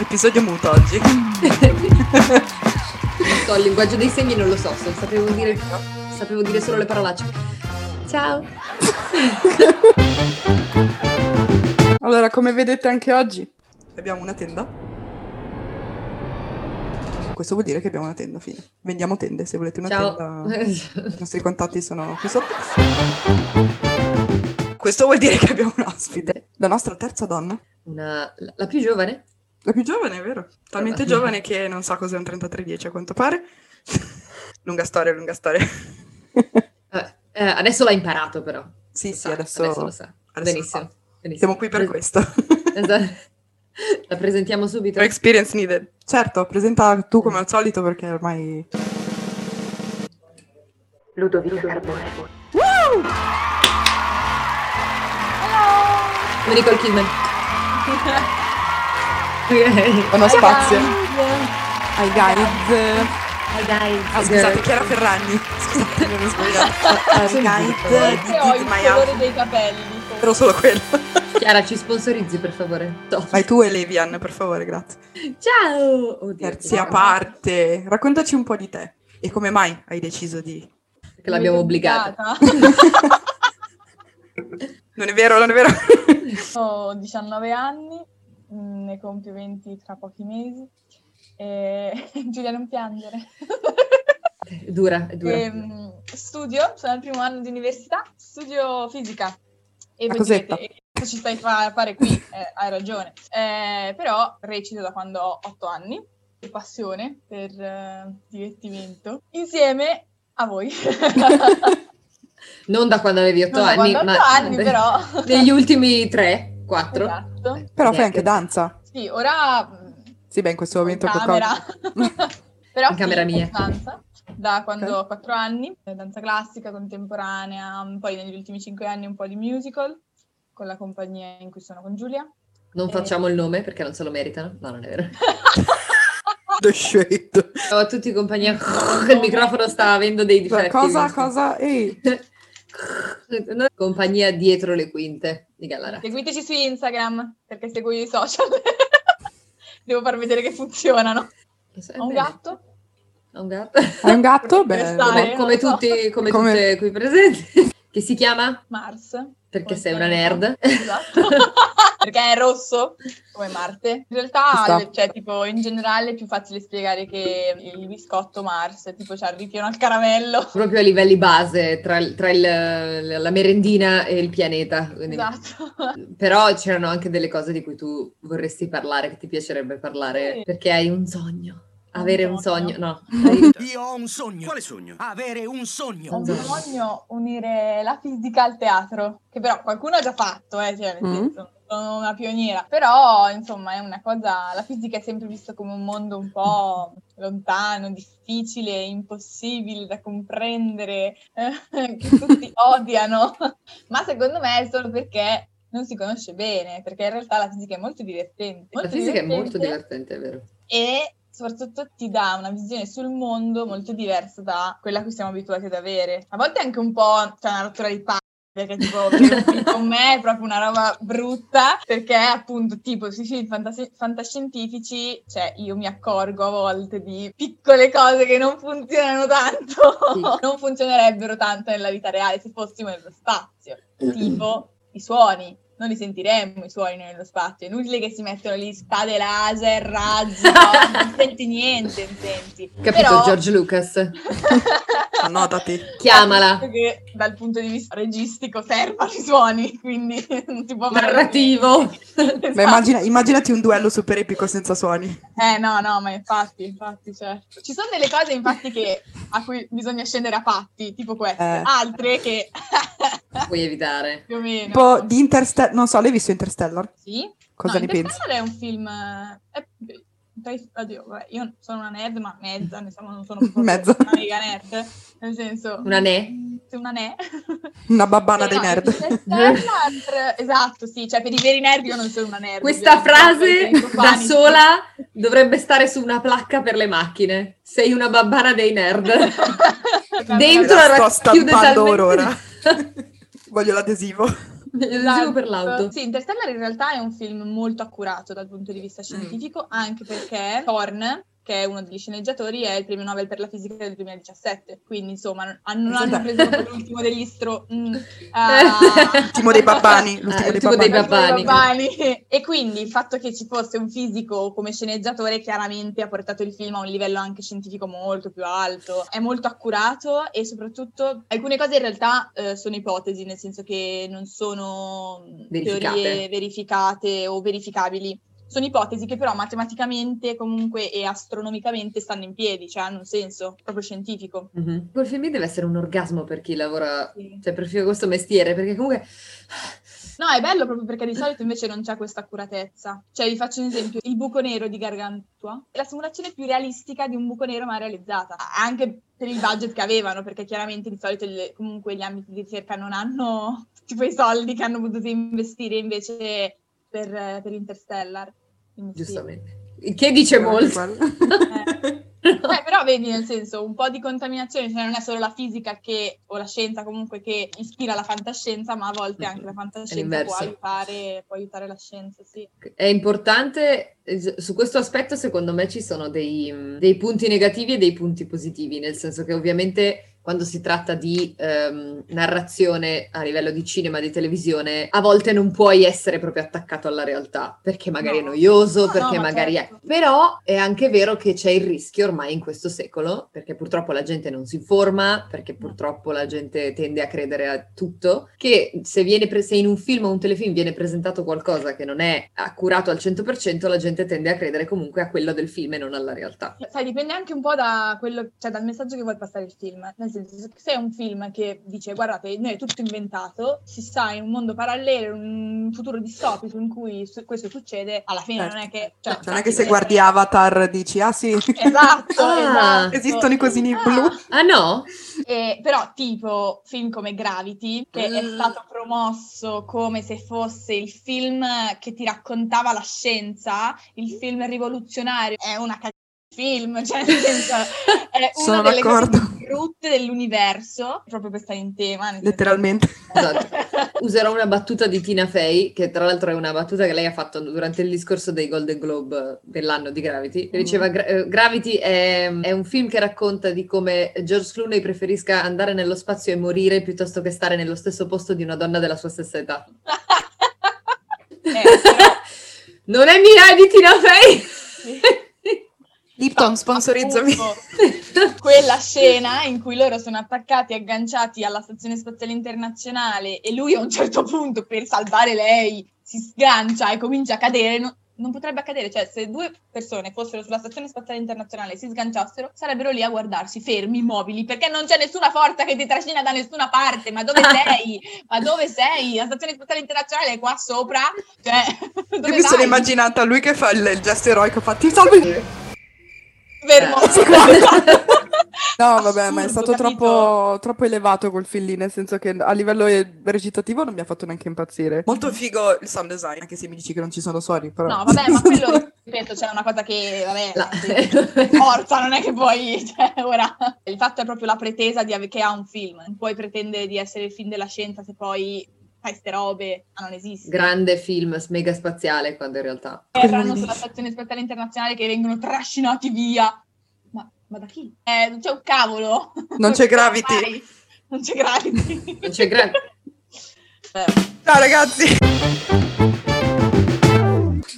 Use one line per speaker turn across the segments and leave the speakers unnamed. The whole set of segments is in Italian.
episodio muto oggi.
so, il linguaggio dei segni non lo so, so- sapevo, dire, sapevo dire solo le parolacce. Ciao!
Allora, come vedete anche oggi,
abbiamo una tenda. Questo vuol dire che abbiamo una tenda, fine. Vendiamo tende, se volete una
Ciao!
tenda. I nostri contatti sono qui sotto. Questo vuol dire che abbiamo un ospite. La nostra terza donna.
Una- la la più giovane?
La più giovane, è vero? Talmente giovane che non sa cos'è un 3310 a quanto pare. lunga storia, lunga storia.
Vabbè, eh, adesso l'ha imparato però. Lo
Sì, sì,
sa,
adesso,
lo sa.
adesso lo
benissimo,
fa.
benissimo.
Siamo qui per
Pres-
questo.
Esatto. La presentiamo subito.
No experience needed. Certo, presenta tu come al solito perché ormai...
Ludovico Carbone.
Come Nicole Kidman. Ok.
Uno Oh, spazio.
ai guys,
Ah, scusate, Chiara Ferragni. Scusate, mi ero sbagliata. Guide di
Forse ho il
Did My
colore
House.
dei capelli. forse.
Però solo quello.
Chiara, ci sponsorizzi per favore. To.
Vai tu e Levian, per favore, grazie.
Ciao! Oddio,
Terzi a parte, raccontaci un po' di te e come mai hai deciso di...
Che l'abbiamo
Mi è
obbligata.
Non è vero, non è vero.
Ho 19 anni, mh, ne compio 20 tra pochi mesi. E... Giulia, non piangere.
È dura, è dura.
E, mh, studio, sono al primo anno di università, studio fisica. E
La
voi
cosetta.
direte, "Eh, cosa ci stai fa- a fare qui? Eh, hai ragione. Eh, però recito da quando ho 8 anni, per passione, per eh, divertimento, insieme a voi.
Non da quando avevi 8
Non so
anni,
quando,
ma
otto anni però.
negli ultimi 3, 4.
Esatto.
Però fai anche danza.
Sì, ora mh,
Sì, beh, in questo
in
momento...
camera.
qualcosa-
Però
In camera
sì,
mia.
danza da quando
Ok.
ho 4 anni, eh, danza classica, contemporanea, un- poi negli ultimi 5 anni un po' di musical con la compagnia in cui sono con Giulia.
Non facciamo il nome perché non se lo meritano. No, non è vero.
The Shade.
Ciao a tutti compagnia. Il microfono sta avendo dei difetti.
Cosa,
Visto.
cosa? Ehi,
Noi- Compagnia dietro le quinte di Gallara.
Seguiteci su Instagram perché seguo i social. Devo far vedere che funzionano.
Eh,
Ho un
bene.
gatto.
Ho un gatto.
hai un gatto?
Per
Beh,
Come,
stare. Eh,
come
non so.
tutti, come,
Come-
tutte qui presenti. Che si chiama?
Mars.
Perché
Come
sei
si
una
chiama?
nerd.
Esatto. perché è rosso come Marte. In
Ci
realtà,
sta.
cioè, tipo, in generale è più facile spiegare che il biscotto Mars, tipo, c'ha il ripieno al caramello.
Proprio a livelli base tra, il- tra il- la merendina e il pianeta. Quindi-
Esatto.
Però c'erano anche delle cose di cui tu vorresti parlare, che ti piacerebbe parlare,
Sì.
perché hai un sogno. Avere un sogno, no.
Io ho un sogno. Quale sogno? Avere un sogno.
Ho
Non so.
bisogno unire la fisica al teatro, che però qualcuno ha già fatto, eh, cioè, nel
Mm.
senso, sono una pioniera. Però, insomma, è una cosa, la fisica è sempre vista come un mondo un po' lontano, difficile, impossibile da comprendere, eh, che tutti odiano. Ma secondo me è solo perché non si conosce bene, perché in realtà la fisica è molto divertente.
La
molto
fisica è molto
divertente
divertente, è vero.
e soprattutto ti dà una visione sul mondo molto diversa da quella a cui siamo abituati ad avere. A volte è anche un po' c'è una rottura di palle. Perché tipo vedere un film con me è proprio una roba brutta, perché appunto tipo sui film fantasi- fantascientifici, cioè io mi accorgo a volte di piccole cose che non funzionano tanto,
Sì.
non funzionerebbero tanto nella vita reale se fossimo nello spazio tipo i suoni. Non li sentiremmo i suoni noi nello spazio. È inutile che si mettono lì spade laser, razzi, no? non senti niente, non senti.
Capito,
Però-
George Lucas?
annotati.
Chiamala.
Che dal punto di vista registico servono i suoni, quindi non si può fare
Narrativo.
niente.
Beh, immagina- immaginati un duello super epico senza suoni.
Esatto. Eh no, no, ma infatti, infatti, certo. Ci sono delle cose infatti che, a cui bisogna scendere a patti, tipo queste,
Eh.
altre che
Puoi evitare.
più o meno.
Tipo di Interstellar, non so, l'hai visto Interstellar?
Sì.
Cosa
no,
ne pensi?
Interstellar è un film... eh, È, tra i- oddio, vabbè, io sono una nerd, ma mezza, ne siamo- non sono proprio
Mezza.
una mega nerd. Nel senso,
Una ne?
se una ne...
Una babbana dei
Eh, No,
nerd.
Interstellar, esatto, sì, cioè per i veri nerd io non sono una nerd.
Questa frase
ovviamente, sono
da
fani.
sola dovrebbe stare su una placca per le macchine. Sei una babbana dei nerd. Dentro
La
la
sto
racchiude
stampando
talmente-
or ora. Voglio l'adesivo.
L'adesivo per l'auto.
Esatto. Sì, Interstellar in realtà è un film molto accurato dal punto di vista scientifico, anche perché Thorne, che è uno degli sceneggiatori, è il premio Nobel per la fisica del 2017. Quindi, insomma, non hanno, non hanno preso proprio l'ultimo degli stro... mm, ah.
L'ultimo dei pappani. L'ultimo
Ah,
dei
l'ultimo dei
pappani.
pappani. Babbani.
Babbani. E quindi il fatto che ci fosse un fisico come sceneggiatore chiaramente ha portato il film a un livello anche scientifico molto più alto, è molto accurato e soprattutto alcune cose in realtà eh, sono ipotesi, nel senso che non sono mh,
Verificate.
teorie verificate o verificabili. Sono ipotesi che però matematicamente comunque e astronomicamente stanno in piedi, cioè hanno un senso proprio scientifico.
Mhm. Quel film lì deve essere un orgasmo per chi lavora, cioè per chi fa questo mestiere, perché comunque...
No, è bello proprio perché di solito invece non c'è questa accuratezza. Cioè, vi faccio un esempio: il buco nero di Gargantua è la simulazione più realistica di un buco nero mai realizzata, anche per il budget che avevano, perché chiaramente di solito il- comunque gli ambiti di ricerca non hanno tutti quei soldi che hanno potuto investire invece per, per Interstellar. Quindi sì.
Giustamente. Il Che dice molto.
Cioè,
Beh, Cioè, però vedi, nel senso, un po' di contaminazione, cioè non è solo la fisica che, o la scienza comunque che ispira la fantascienza, ma a volte anche la fantascienza può
l'inverso.
aiutare, può aiutare la scienza, sì.
È importante, eh, su questo aspetto secondo me ci sono dei, mh, dei punti negativi e dei punti positivi, nel senso che ovviamente quando si tratta di ehm, narrazione a livello di cinema, di televisione, a volte non puoi essere proprio attaccato alla realtà, perché magari è
No.
noioso,
No,
perché
no, ma
magari
certo.
è... Però è anche vero che c'è il rischio ormai in questo secolo, perché purtroppo la gente non si informa, perché purtroppo la gente tende a credere a tutto, che se, viene pre- se in un film o un telefilm viene presentato qualcosa che non è accurato al 100%, la gente tende a credere comunque a quello del film e non alla realtà.
Sai, dipende anche un po' da quello, cioè dal messaggio che vuoi passare il film. Nel senso, se è un film che dice guardate, noi è tutto inventato, si sta in un mondo parallelo, in un futuro distopico in cui su- questo succede, alla fine
Certo.
non è che... Cioè,
Non è che se guardi Avatar dici, ah sì,
Esatto,
Ah,
esatto.
esistono i cosini
Ah.
blu.
Ah no?
Eh, però tipo film come Gravity, che è
Mm.
stato promosso come se fosse il film che ti raccontava la scienza, il film rivoluzionario, è una cagata di film, cioè nel senso,
Esatto.
è una
Sono
delle
d'accordo.
cose più brutte dell'universo, proprio per stare in tema. nel senso-
Letteralmente.
Esatto. Userò una battuta di Tina Fey, che tra l'altro è una battuta che lei ha fatto durante il discorso dei Golden Globe dell'anno di Gravity. Che diceva: "Gra- eh, Gravity è, è un film che racconta di come George Clooney preferisca andare nello spazio e morire piuttosto che stare nello stesso posto di una donna della sua stessa età.
Eh, però-
non è mia, è di Tina Fey!
Lipton, sponsorizzami.
Appunto, quella scena in cui loro sono attaccati e agganciati alla stazione spaziale internazionale e lui a un certo punto per salvare lei si sgancia e comincia a cadere. no- non potrebbe accadere, cioè se due persone fossero sulla stazione spaziale internazionale e si sganciassero, sarebbero lì a guardarsi fermi, immobili, perché non c'è nessuna forza che ti trascina da nessuna parte. Ma dove sei? Ma dove sei? La stazione spaziale internazionale è qua sopra. Cioè, dove
Io mi sono
vai?
immaginata lui che fa il, il gesto eroico, fa ti salvo il-".
Fermo.
Eh, sì,
no,
No, vabbè, ma è stato troppo, troppo elevato quel film lì, nel senso che a livello eh, recitativo non mi ha fatto neanche impazzire. Molto figo il sound design, anche se mi dici che non ci sono suoni, però...
No, vabbè, ma quello, ripeto, c'è una cosa che, vabbè,
La-
sì, forza, non è che puoi, cioè, ora... Il fatto è proprio la pretesa di ave- che ha un film. Non puoi pretendere di essere il film della scienza se poi fai ste robe, ma non esiste.
Grande film s- mega spaziale, quando in realtà.
Eh, saranno sulla stazione spaziale internazionale che vengono trascinati via. Ma, ma da chi? Eh, non c'è un cavolo.
Non c'è Gravity.
Vai. Non c'è Gravity.
Non c'è gra-
Eh,
Ciao ragazzi!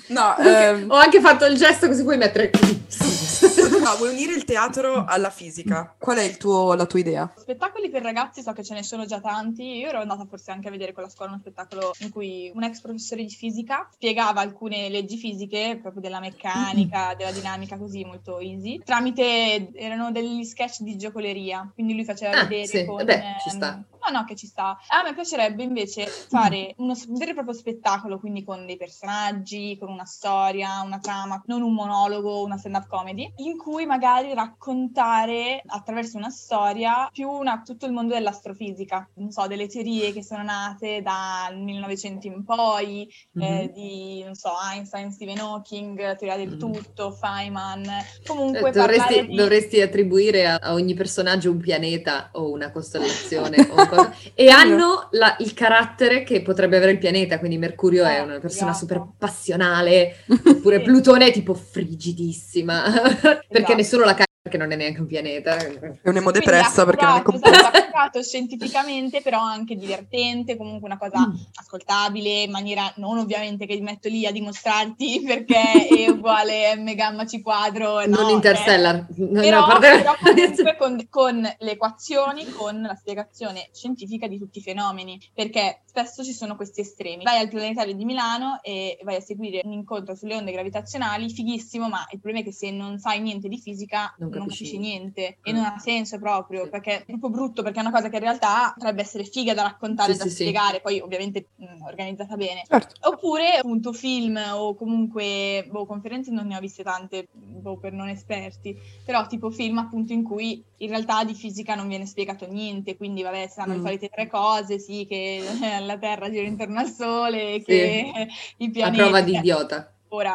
No, ehm,
Ho anche fatto il gesto così puoi mettere.
no, vuoi unire il teatro alla fisica? Qual è il tuo- la tua idea?
Spettacoli per ragazzi so che ce ne sono già tanti. Io ero andata forse anche a vedere con la scuola uno spettacolo in cui un ex professore di fisica spiegava alcune leggi fisiche, proprio della meccanica, della dinamica, così molto easy. Tramite erano degli sketch di giocoleria. Quindi lui faceva
Ah,
vedere
sì,
con. ehm,
beh, ci sta.
No, no, che ci sta. A me piacerebbe invece fare uno s- vero e proprio spettacolo, quindi con dei personaggi, con una storia, una trama, non un monologo, una stand-up comedy, in cui magari raccontare attraverso una storia più una- tutto il mondo dell'astrofisica, non so, delle teorie che sono nate dal 1900 in poi, eh, di, non so, Einstein, Stephen Hawking, teoria del
Mhm.
tutto, Feynman, comunque
Cioè,
parlare
dovresti,
di...
dovresti attribuire a, a ogni personaggio un pianeta o una costellazione o qualcosa cosa. E hanno la- il carattere che potrebbe avere il pianeta, quindi Mercurio è
Eh,
una persona
esatto.
super passionale, oppure
Sì.
Plutone è tipo frigidissima, perché
Esatto.
nessuno la caga, perché non è neanche un pianeta.
È un'emo
Quindi
depressa perché non è
accurato,
complessa.
esatto, accurato scientificamente, però anche divertente, comunque una cosa ascoltabile, in maniera non ovviamente che metto lì a dimostrarti perché è uguale m gamma c quadro. no,
non
cioè,
Interstellar. No,
Però,
no, a parte-
però comunque con, con le equazioni, con la spiegazione scientifica di tutti i fenomeni, perché spesso ci sono questi estremi. Vai al planetario di Milano e vai a seguire un incontro sulle onde gravitazionali, fighissimo, ma il problema è che se non sai niente di fisica
Non
non,
capisci
capisci niente e
Mm.
non ha senso proprio,
Sì.
perché è proprio brutto, perché è una cosa che in realtà potrebbe essere figa da raccontare,
Sì,
da
sì, sì.
spiegare, poi ovviamente mh, organizzata bene.
Certo.
Oppure appunto film o comunque boh, conferenze non ne ho viste tante boh, per non esperti, però tipo film appunto in cui in realtà di fisica non viene spiegato niente, quindi vabbè saranno le
Mm.
solite tre cose, sì che la Terra gira intorno al Sole, che i
a
pianeti...
prova di
cioè,
idiota.
Ora,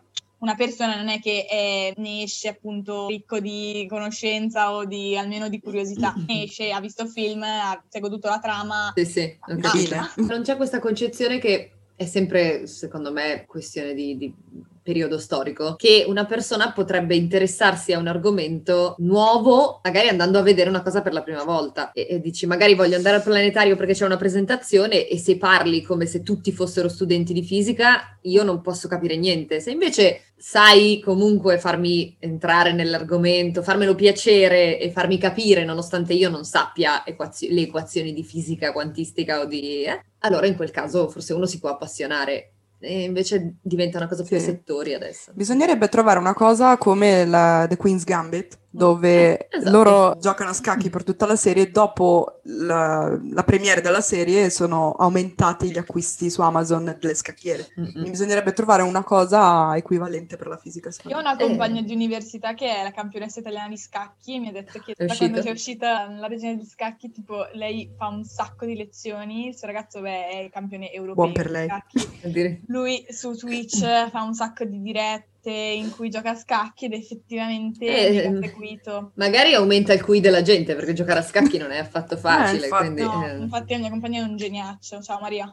eh, una persona non è che eh, ne esce appunto ricco di conoscenza o di almeno di curiosità, ne esce, ha visto film, ha, si è goduto la trama,
Sì, sì, ho
Ah,
capito.
esatto.
sì.
Non c'è questa concezione che è sempre, secondo me, questione di, di periodo storico, che una persona potrebbe interessarsi a un argomento nuovo, magari andando a vedere una cosa per la prima volta. E, e dici, magari voglio andare al planetario perché c'è una presentazione e se parli come se tutti fossero studenti di fisica, io non posso capire niente. Se invece sai comunque farmi entrare nell'argomento, farmelo piacere e farmi capire, nonostante io non sappia equazio- le equazioni di fisica quantistica o di... eh, allora in quel caso forse uno si può appassionare. E invece diventa una cosa più a
Sì.
settori adesso.
Bisognerebbe trovare una cosa come la The Queen's Gambit, dove
esatto.
loro giocano a scacchi per tutta la serie e dopo la, la premiere della serie sono aumentati gli acquisti su Amazon delle scacchiere.
Mm,
Mm-mm.
Quindi bisognerebbe trovare una cosa equivalente per la fisica, secondo
Io ho
me.
una compagna di università che è la campionessa italiana di scacchi e mi ha detto che
È
da
uscita?
quando è uscita la regione di scacchi, tipo, lei fa un sacco di lezioni, il suo ragazzo beh, è campione europeo
Buon per
di
lei.
scacchi.
Per dire.
Lui su Twitch fa un sacco di dirette in cui gioca a scacchi ed effettivamente
Eh,
viene
ehm,
seguito.
Magari aumenta il QI della gente perché giocare a scacchi non è affatto facile.
infatti,
quindi,
No,
eh.
Eh, infatti la mia compagna è un geniaccio. Ciao Maria.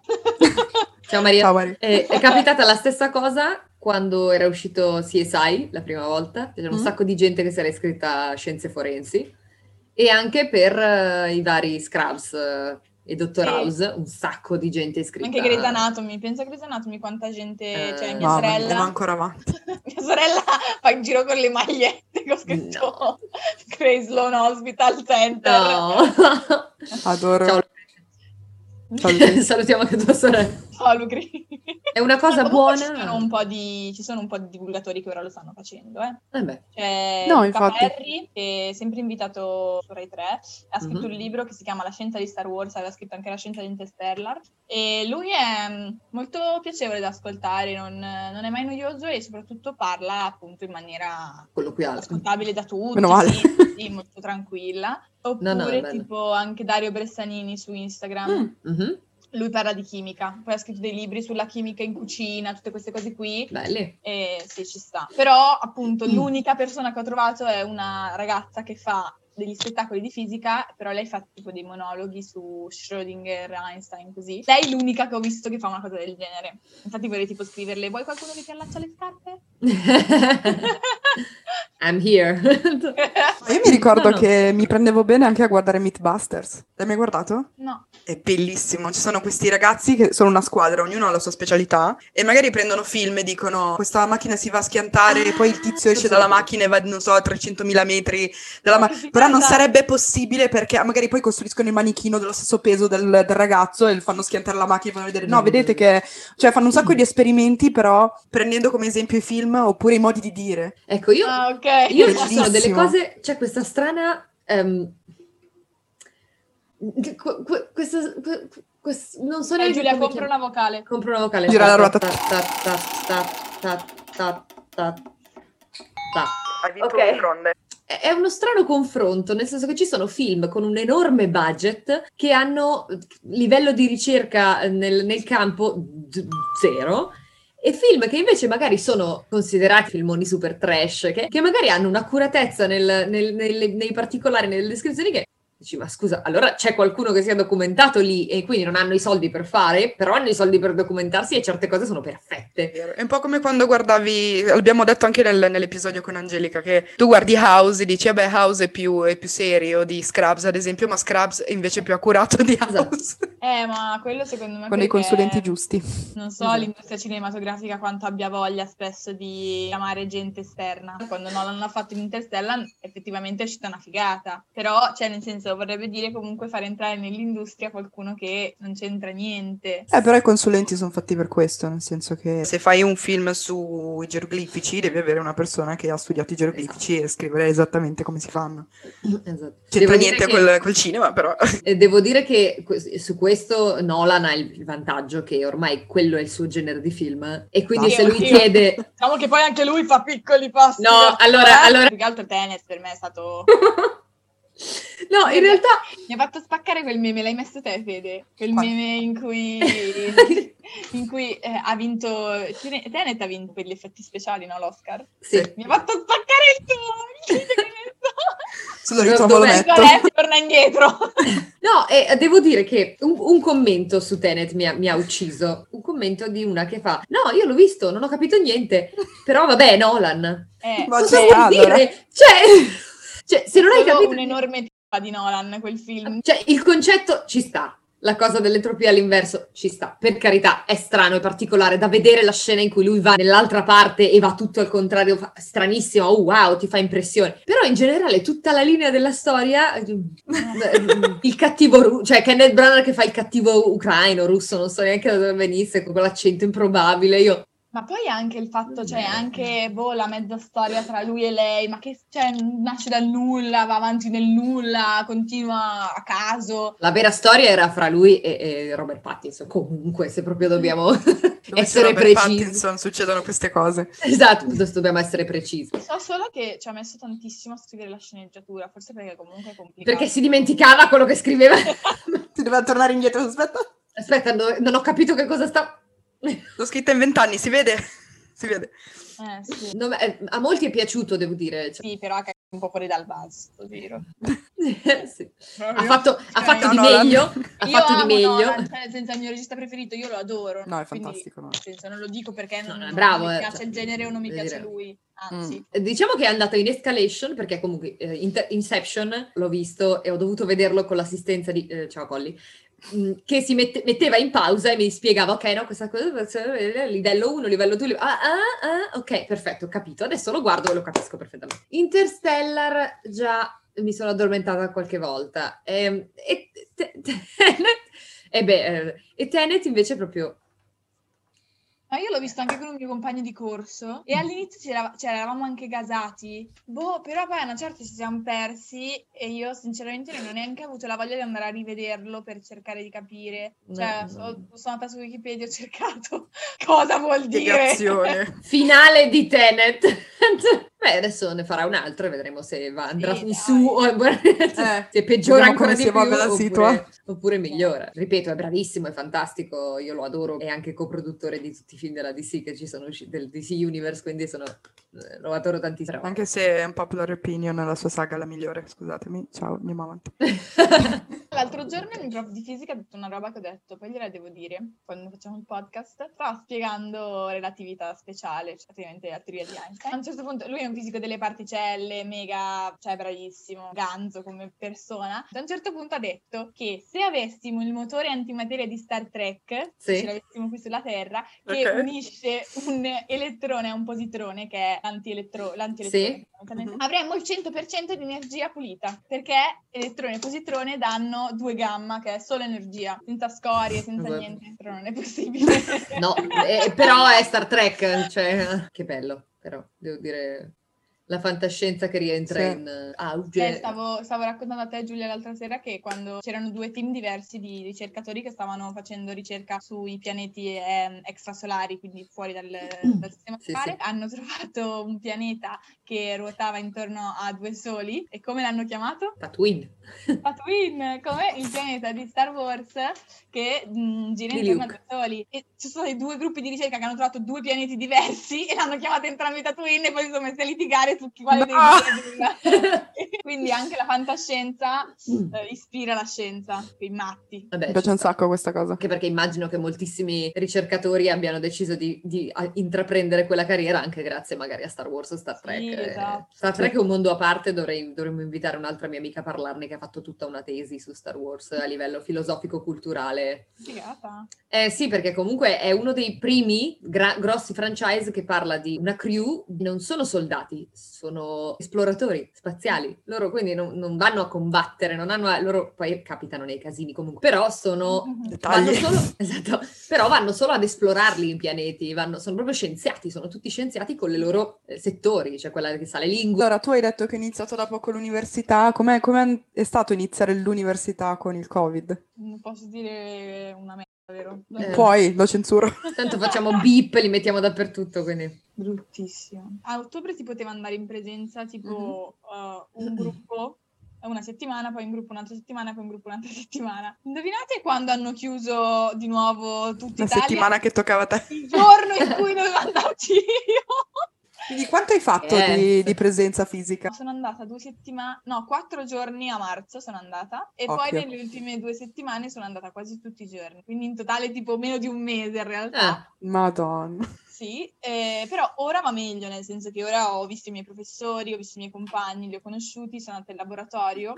Ciao Maria.
Ciao, Mari.
Eh, è capitata la stessa cosa quando era uscito CSI la prima volta, c'era un
Mm.
sacco di gente che si era iscritta a Scienze Forensi e anche per eh, i vari Scrubs eh, e Dottor
Sì.
House, un sacco di gente iscritta.
Anche Grey's Anatomy. Pensa a Grey's Anatomy quanta gente...
Eh,
cioè mia
Ah. Mamma mia,
sorella...
andiamo ancora avanti.
Mia sorella fa in giro con le magliette che ho scritto Crazy Loan Hospital Center.
No.
Adoro.
Ciao.
Ciao, Luca.
Salutiamo anche tua sorella.
Ciao, Lucri.
È una cosa
Comunque
buona.
Ci sono, un po di, ci sono un po' di divulgatori che ora lo stanno facendo, eh.
Eh beh,
C'è
No,
Luca
infatti.
Ferri, che è sempre invitato su Rai 3, ha scritto
Mhm.
un libro che si chiama La scienza di Star Wars, aveva scritto anche La scienza di Interstellar, e lui è mm, molto piacevole da ascoltare, non, non è mai noioso e soprattutto parla appunto in maniera
colloquiale.
ascoltabile da tutti,
Meno male.
Sì, sì, molto tranquilla. Oppure
No, no, è bello.
tipo anche Dario Bressanini su Instagram,
Mm,
Mhm,
lui parla di chimica, poi ha scritto dei libri sulla chimica in cucina, tutte queste cose qui.
Belli.
E sì, ci sta. Però appunto
Mm.
l'unica persona che ho trovato è una ragazza che fa degli spettacoli di fisica, però lei fa tipo dei monologhi su Schrödinger, Einstein, così. Lei è l'unica che ho visto che fa una cosa del genere. Infatti vorrei tipo scriverle, vuoi qualcuno che ti allaccia le scarpe?
I'm here.
Ma Ah, Io mi ricordo
No, no.
che mi prendevo bene anche a guardare Mythbusters. L'hai mai guardato?
no.
È bellissimo, ci sono questi ragazzi che sono una squadra, ognuno ha la sua specialità e magari prendono film e dicono questa macchina si va a schiantare e poi il tizio
Ah,
esce
sì.
dalla macchina e va, non so, a 300.000 metri dalla ma-
Che figata.
Però
esatto.
non sarebbe possibile perché ah, magari poi costruiscono il manichino dello stesso peso del, del ragazzo e lo fanno schiantare la macchina e fanno vedere. No,
Mm.
vedete che... Cioè fanno un sacco di esperimenti però prendendo come esempio i film oppure i modi di dire.
Ecco, io
Ah, ok.
Io ci sono delle
Bellissimo.
cose, c'è questa strana. ehm, che- que- que- questa, que- quest- non so
Eh,
neanche
Giulia,
come
compra
chiam-
una vocale.
compro una vocale.
Gira la ruota.
Ta, ta, ta, ta, ta, ta, ta, ta.
Hai vinto
Ok. È è uno strano confronto, nel senso che ci sono film con un enorme budget che hanno eh, livello di ricerca eh, nel, nel campo d- zero e film che invece magari sono considerati filmoni super trash, che, che magari hanno un'accuratezza nel- nel- nelle- nei particolari, nelle descrizioni che Dici, ma scusa, allora c'è qualcuno che si è documentato lì e quindi non hanno i soldi per fare, però hanno i soldi per documentarsi e certe cose sono perfette.
È un po' come quando guardavi, abbiamo detto anche nel- nell'episodio con Angelica, che tu guardi House e dici, vabbè, House è più, è più serio di Scrubs, ad esempio, ma Scrubs è invece più accurato di
Esatto.
House.
Eh, ma quello secondo me...
con i
perché-
consulenti giusti.
Non so
Esatto.
l'industria cinematografica quanto abbia voglia spesso di chiamare gente esterna. Quando Nolan l'ha fatto in Interstellar effettivamente è uscita una figata. Però, cioè, nel senso, vorrebbe dire comunque far entrare nell'industria qualcuno che non c'entra niente.
Eh, però i consulenti sono fatti per questo, nel senso che
Se fai un film sui geroglifici, devi avere una persona che ha studiato i geroglifici e scrivere esattamente come si fanno.
Esatto.
C'entra
Devo dire
niente
che-
col, col cinema, però.
Eh, Devo dire che que- su questo Nolan ha il il vantaggio che ormai quello è il suo genere di film e quindi
Sì,
se lui
oddio.
chiede
Diciamo che poi anche lui fa piccoli passi.
No,
verso
allora-
l'avanti.
allora-
Eh, Più che altro Tenet per me è stato...
No, in realtà
Mi ha fatto spaccare quel meme, l'hai messo te, Fede? Quel
Quale?
meme in cui, in cui eh, ha vinto... Tenet ha vinto per gli effetti speciali, no? L'Oscar.
sì.
Mi ha fatto spaccare il tuo! il tuo-
se lo ritrovo lo
Dov'è?
metto.
Nicolè, eh, torna indietro.
No, e eh, devo dire che un, un commento su Tenet mi ha, mi ha ucciso. Un commento di una che fa: No, io l'ho visto, non ho capito niente. Però vabbè, Nolan.
Eh,
Ma
Cosa
c'è,
vuol
allora.
dire? Cioè, cioè, se non hai
solo
capito.
un'enorme tipa di Nolan quel film.
Cioè, il concetto ci sta. La cosa dell'entropia all'inverso ci sta. Per carità, è strano, è particolare. Da vedere la scena in cui lui va nell'altra parte e va tutto al contrario, fa- stranissimo. Oh, wow, ti fa impressione. Però in generale, tutta la linea della storia. eh, il cattivo, ru- cioè Kenneth Branagh che fa il cattivo ucraino, russo, non so neanche da dove venisse, con quell'accento improbabile. Io,
Ma poi anche il fatto, cioè anche boh, la mezza storia tra lui e lei, ma che cioè, nasce dal nulla, va avanti nel nulla, continua a caso.
la vera storia era fra lui e, e Robert Pattinson. Comunque, se proprio dobbiamo
Dove c'è
essere
Robert
precisi.
Pattinson succedono queste cose.
Esatto, dobbiamo essere precisi.
So solo che ci ha messo tantissimo a scrivere la sceneggiatura, forse perché comunque è complicato.
Perché si dimenticava quello che scriveva.
Si doveva tornare indietro, aspetta.
Aspetta, no- non ho capito che cosa sta.
L'ho scritta in vent'anni, si vede? Si vede.
Eh, sì.
No, ma, eh, a molti è piaciuto, devo dire. cioè.
Sì, però è un po' fuori dal vaso, sto giro.
Sì. Ha fatto, ha fatto
Cioè,
di
no, no,
meglio. Ah, Ha
Io
fatto di
amo
meglio.
Nolan, cioè, nel senso, è il mio regista preferito, io lo adoro.
No, è
quindi,
fantastico, no.
nel senso, non lo dico perché
No,
non,
no, è
non
bravo,
mi
eh,
piace
cioè,
il genere o non mi
voglio
piace
dire. Mm.
lui, anzi.
Diciamo che è andata in escalation perché comunque eh, Inter- Inception l'ho visto e ho dovuto vederlo con l'assistenza di... eh, ciao Colli. mm, Che si mette- metteva in pausa e mi spiegava, ok, no, questa cosa, eh, livello 1, livello 2, ah, ah, ah, ok, perfetto, ho capito, adesso lo guardo e lo capisco perfettamente. Interstellar già mi sono addormentata qualche volta. Ehm, E, te- Tenet- e beh, eh, e Tenet invece proprio...
Ma io l'ho visto anche con un mio compagno di corso e all'inizio c'era- cioè, eravamo anche gasati. Boh, però poi a una certa ci siamo persi e io sinceramente non ho neanche avuto la voglia di andare a rivederlo per cercare di capire. Cioè,
No,
so-
no.
sono andata su Wikipedia e ho cercato cosa vuol dire.
Spiegazione.
Finale di Tenet. Beh, adesso ne farà un altro e vedremo se va- andrà
Sì,
in
dai.
su o se
Eh, vediamo
peggiora ancora
come
di
si evolve
più
la
oppure,
situa. Eh.
oppure migliora. Ripeto, è bravissimo, è fantastico, io lo adoro, è anche coproduttore di tutti i film della DC che ci sono usciti, del DC Universe, quindi sono, eh, lo adoro tantissimo.
Anche se è un popular opinion, la sua saga è la migliore, scusatemi. Ciao, andiamo avanti.
L'altro giorno il mio prof di fisica ha detto una roba che ho detto, poi gliela devo dire quando facciamo il podcast. Stava spiegando relatività speciale, cioè praticamente la teoria di Einstein. A un certo punto, lui è un fisico delle particelle, mega, cioè bravissimo, ganzo come persona. Ad un certo punto ha detto che se avessimo il motore antimateria di Star Trek, se
Sì.
ce l'avessimo qui sulla Terra, che
Ok.
unisce un elettrone a un positrone, che è l'antielettrone, l'antielettrone fondamentalmente,
Mm-hmm.
avremmo il 100% di energia pulita, perché eh, elettrone e positrone danno 2 gamma, che è solo energia, senza scorie, senza
Vabbè.
niente, però non è possibile.
No, eh, però è Star Trek, cioè, che bello, però devo dire la fantascienza che rientra
Sì.
in eh, auge.
Eh, stavo, stavo raccontando a te Giulia l'altra sera che quando c'erano due team diversi di ricercatori che stavano facendo ricerca sui pianeti ehm, extrasolari, quindi fuori dal, dal sistema
Mm. Sì,
solare,
sì.
hanno trovato un pianeta che ruotava intorno a due soli e come l'hanno chiamato?
Tatooine.
Tatooine, come il pianeta di Star Wars che mh, gira
Di
intorno a
Luke.
due soli. E ci sono stati due gruppi di ricerca che hanno trovato due pianeti diversi e l'hanno chiamata entrambi Tatooine e poi si sono messi a litigare su chi-
No.
quale dei due è donna. Quindi anche la fantascienza
Mm.
eh, ispira la scienza, i matti.
Vabbè,
Mi
ci
piace un
sta.
sacco questa cosa.
Anche perché immagino che moltissimi ricercatori abbiano deciso di, di a- intraprendere quella carriera anche grazie magari a Star Wars o Star Trek.
Sì,
Eh,
esatto.
Star Trek è un mondo a parte, dovrei- dovremmo invitare un'altra mia amica a parlarne che ha fatto tutta una tesi su Star Wars a livello filosofico-culturale.
Figata.
Eh sì, perché comunque è uno dei primi gra- grossi franchise che parla di una crew, non sono soldati, sono esploratori spaziali. Loro quindi non, non vanno a combattere, non hanno a- loro poi capitano nei casini comunque, però sono...
Mhm.
Vanno
Dettagli.
solo, esatto, però vanno solo ad esplorarli i pianeti, vanno- sono proprio scienziati, sono tutti scienziati con i loro eh, settori, cioè quella che sa le lingue,
Allora, tu hai detto che hai iniziato da poco l'università. Com'è, com'è è stato iniziare l'università con il Covid?
Non posso dire una merda, vero?
Eh.
Poi lo censuro.
tanto facciamo beep, li mettiamo dappertutto, quindi...
Bruttissimo. A ottobre si poteva andare in presenza tipo eh, un gruppo eh, una settimana, poi in gruppo un'altra settimana, poi in gruppo un'altra settimana. Indovinate quando hanno chiuso di nuovo tutta
La
Italia?
settimana che toccava a te.
Il giorno in cui dovevo andarci io.
Quindi quanto hai fatto
Eh.
di, di presenza fisica?
Sono andata due settimane, no, quattro giorni a marzo sono andata e poi
Occhio.
nelle ultime due settimane sono andata quasi tutti i giorni, quindi in totale tipo meno di un mese in realtà.
Ah,
Madonna.
Sì, eh, però ora va meglio, nel senso che ora ho visto i miei professori, ho visto i miei compagni, li ho conosciuti, sono andata in laboratorio.